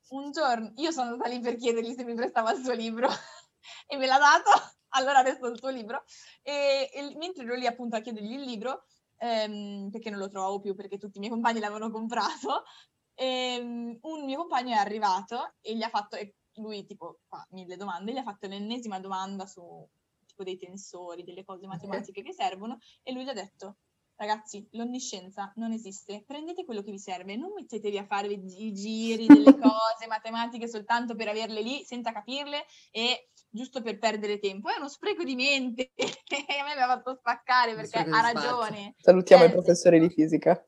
Un giorno io sono andata lì per chiedergli se mi prestava il suo libro e me l'ha dato, allora adesso ho il suo libro e, e mentre ero lì appunto a chiedergli il libro, ehm, perché non lo trovavo più perché tutti i miei compagni l'avevano comprato, ehm, un mio compagno è arrivato e gli ha fatto, e lui tipo fa mille domande, gli ha fatto l'ennesima domanda su tipo dei tensori, delle cose matematiche che servono, e lui gli ha detto, ragazzi, l'onniscienza non esiste, prendete quello che vi serve, non mettetevi a fare i giri delle cose matematiche soltanto per averle lì senza capirle e giusto per perdere tempo, è uno spreco di mente, e a me mi ha fatto spaccare
Uno
perché
spreco
ha
di spazio.
ragione.
Salutiamo
Eh,
i professori di fisica.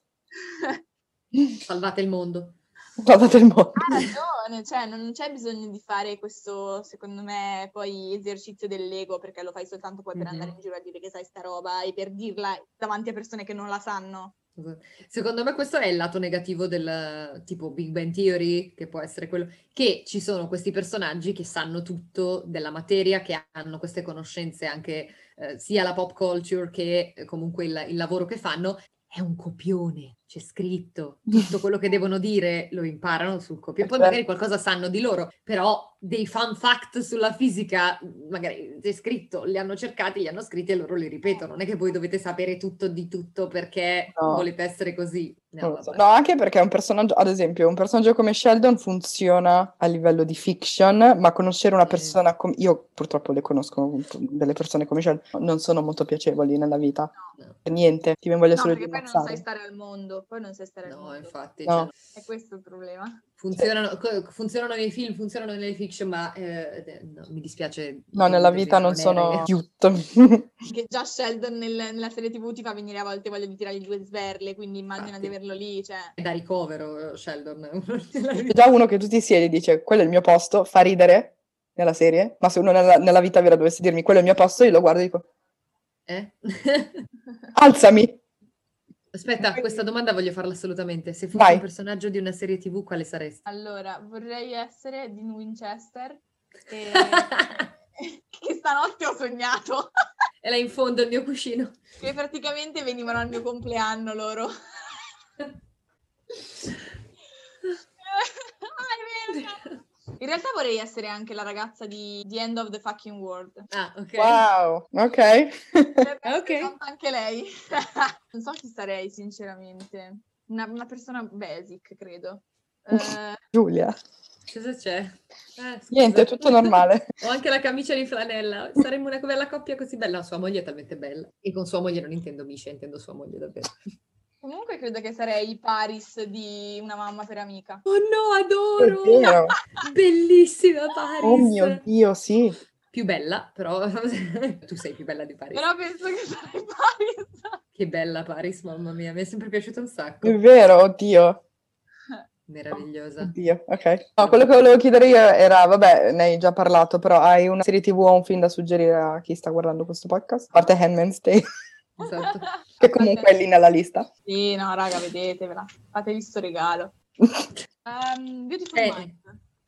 Salvate il mondo.
Guardate il mondo.
Ha ragione, cioè non non c'è bisogno di fare questo, secondo me, poi esercizio dell'ego perché lo fai soltanto poi per
Mhm.
andare in giro a dire che sai sta roba e per dirla davanti a persone che non la sanno.
Secondo me questo è il lato negativo del tipo Big Bang Theory, che può essere quello che ci sono questi personaggi che sanno tutto della materia, che hanno queste conoscenze anche eh, sia la pop culture che eh, comunque il, il lavoro che fanno. È un copione, c'è scritto. Tutto quello che devono dire lo imparano sul copione. Poi
Certo.
magari qualcosa sanno di loro, però dei fun fact sulla fisica, magari c'è scritto, li hanno cercati, li hanno scritti e loro li ripetono. Non è che voi dovete sapere tutto di tutto perché
No.
volete essere così. No,
Non lo so.
vabbè.
No, anche perché un personaggio, ad esempio, un personaggio come Sheldon funziona a livello di fiction, ma conoscere una
Sì.
persona come io purtroppo le conosco delle persone come Sheldon, non sono molto piacevoli nella vita.
No.
Per Niente, ti voglio
No,
solo
perché
di
poi non sai
ammazzare.
stare al mondo, poi non sai stare al
No,
mondo.
infatti.
No.
cioè,
È questo il problema.
funzionano, co- funzionano nei film, funzionano nelle fiction, ma eh, eh, no, mi dispiace.
No, nella vita non sono cute.
Che già Sheldon nel- nella serie TV ti fa venire a volte voglia di tirargli due sberle, quindi immagina
Infatti.
di averlo lì, cioè.
È da ricovero, Sheldon.
C'è già uno che tu ti siedi e dice quello è il mio posto, fa ridere nella serie, ma se uno nella, nella vita vera dovesse dirmi quello è il mio posto, io lo guardo e dico
Eh?
alzami,
Aspetta, questa domanda voglio farla assolutamente. Se fossi
Vai.
un personaggio di una serie TV, quale saresti?
Allora, vorrei essere Dean Winchester e... che stanotte ho sognato.
È là in fondo il mio cuscino.
che praticamente venivano al mio compleanno loro. Ah, è vero! In realtà vorrei essere anche la ragazza di The End of the Fucking World.
Ah, ok.
wow, ok.
Dovrebbe
Ah,
essere
ok.
tanta Anche lei. non so chi sarei, sinceramente. Una, una persona basic, credo. Eh,
Giulia,
Cosa c'è? Eh, scusa.
niente, è tutto normale.
Ho anche la camicia di flanella. Saremmo una bella coppia così bella. Sua moglie è talmente bella. E con sua moglie non intendo Misha, intendo sua moglie davvero.
comunque credo che sarei Paris di Una mamma per amica.
Oh no,
È
adoro!
vero.
Bellissima Paris!
Oh mio Dio, sì.
Più bella, però tu sei più bella di Paris.
Però penso che sarei Paris.
Che bella Paris, mamma mia, mi è sempre piaciuta un
È
sacco.
vero, oddio,
Meravigliosa.
oddio, ok. No, quello che volevo chiedere io era, vabbè, ne hai già parlato, però hai una serie TV o un film da suggerire a chi sta guardando questo podcast? A parte Handmaid's Tale,
Esatto.
che comunque è lì nella lista.
Sì, no, raga, vedetevela. Fatevi sto regalo. Ehm, Beautiful
Eh.
Mind.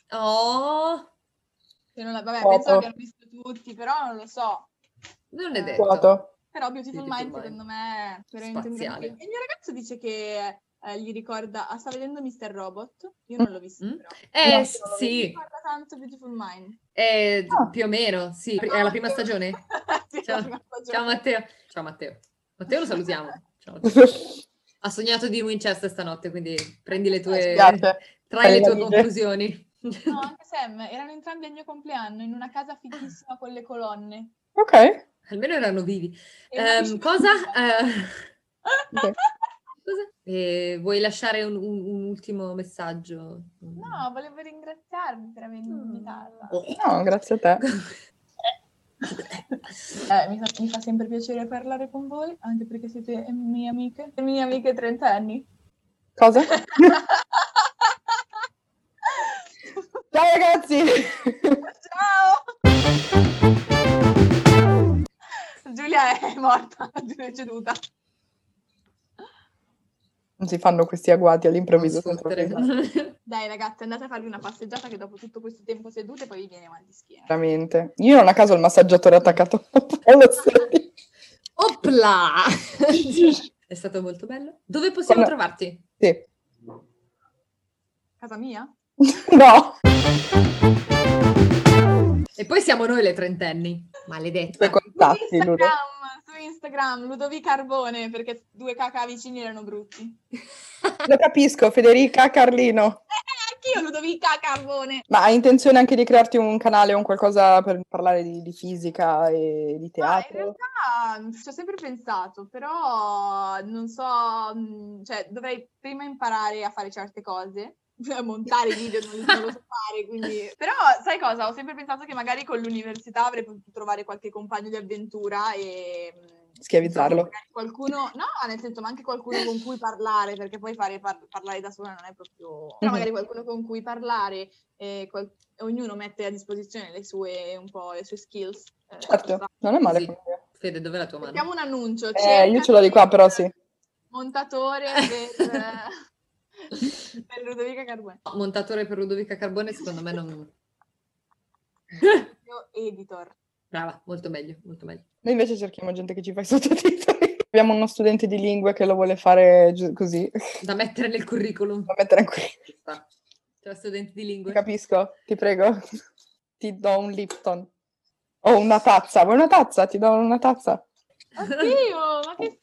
Oh,
Che non la- vabbè,
Foto.
penso l'abbiamo visto tutti, però non lo so.
non è detto.
Vuoto.
Però Beautiful,
Beautiful
Mind,
Mind.
secondo me, è veramente un gran
Spaziale.
film. E il mio ragazzo dice che eh, gli ricorda... Ah, sta vedendo Mr. Robot? Io non l'ho visto,
Mm.
però.
Eh,
No,
Mi
sì,
ricorda tanto Beautiful Mind. Ah,
eh,
Ah.
più o meno, sì. È la prima stagione?
sì,
Ciao.
la prima stagione.
Ciao Matteo. Ciao Matteo. Matteo lo salutiamo. Ciao, Matteo. Ha sognato di Winchester stanotte, quindi prendi le
Mi
tue...
spiace.
Trai le
Fai la
tue
vite.
conclusioni.
No, anche Sam, erano entrambi al mio compleanno, in una casa fighissima con le colonne.
Ok.
Almeno erano vivi.
E una
Ehm,
piscina
cosa?
piccola.
Eh, cosa? Eh, vuoi lasciare un, un- un ultimo messaggio?
No, volevo ringraziarvi per avermi
Ah.
invitata.
Oh.
No, grazie a te.
Eh, mi, fa, mi fa sempre piacere parlare con voi, anche perché siete mie amiche, le mie amiche trentenni.
Cosa?
Ciao!
Ciao ragazzi!
Giulia è morta, Giulia è ceduta.
Non si fanno questi agguati all'improvviso.
Non sfottere.
Dai ragazzi, andate a farvi una passeggiata che dopo tutto questo tempo sedute poi vi viene mal di schiena.
Veramente. Io non a caso ho il massaggiatore attaccato allo sedile.
Opla! È stato molto bello. Dove possiamo
Quando-
trovarti?
Sì.
Casa mia?
No,
E poi siamo noi le trentenni. Maledetta.
i contatti,
su
Ludo.
Instagram, su Instagram, Ludovica Arbone, perché due caca vicini erano brutti.
Lo capisco, Federica, Carlino.
Eh, chi anch'io, Ludovica Carbone.
Ma hai intenzione anche di crearti un canale o un qualcosa per parlare di, di fisica e di
Ma in
teatro?
realtà mm, ci ho sempre pensato, però non so, mh, cioè dovrei prima imparare a fare certe cose. A montare i video non li non lo so fare, quindi... Però sai cosa? Ho sempre pensato che magari con l'università avrei potuto trovare qualche compagno di avventura e... mh,
Schiavizzarlo.
Magari Qualcuno, no, ah, nel senso, ma anche qualcuno con cui parlare, perché poi fare, par- parlare da sola non è proprio.
Mm-hmm.
Però magari qualcuno con cui parlare, e qual- ognuno mette a disposizione le sue, un po' le sue skills. eh,
Certo,
sta.
non è male.
Sì.
come idea.
Fede, dov'è la tua mano?
Mettiamo un annuncio.
Eh, io ce l'ho di qua, però sì.
Montatore per, per Ludovica Carbone.
No, Montatore per Ludovica Carbone, secondo me non...
Io editor.
Brava, molto meglio, molto meglio.
Noi invece cerchiamo gente che ci fa i sottotitoli. Abbiamo uno studente di lingue che lo vuole fare giu- così, da
Da mettere nel curriculum.
mettere qui.
Ci sta. C'è la studente di
Ti
lingue.
capisco, ti prego. Ti do un Lipton. O una tazza. Vuoi una tazza? Ti do una tazza.
Oddio, ma che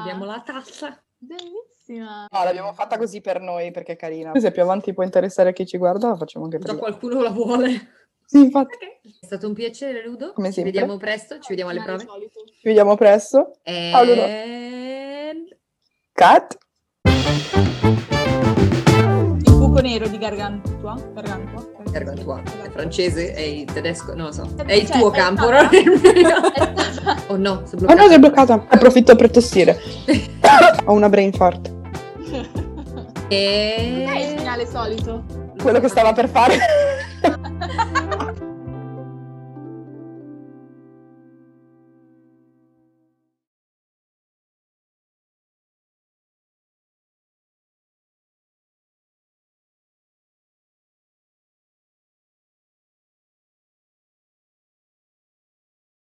Abbiamo la tazza.
Bellissima.
No, l'abbiamo fatta così per noi perché è carina. Se più avanti può interessare a chi ci guarda, la facciamo anche per
Già
loro.
qualcuno la vuole.
Sì, infatti.
È stato un piacere, Ludo.
Come
ci
sempre.
vediamo presto, ci vediamo alle
Come al
prove.
solito.
Ci vediamo presto. Ciao, Ludo.
And...
Cut.
Il buco nero di Gargantua. Gargantua.
Gargantua. È francese, è il tedesco, non lo so.
Cioè,
È il tuo
è
campo,
stata-
non il mio.
È stata-
Oh no,
Oh no,
sono bloccata.
si è bloccata. Approfitto per tossire. Ho una brain fart.
Dai, il
E...
segnale solito.
Quello che stava per fare.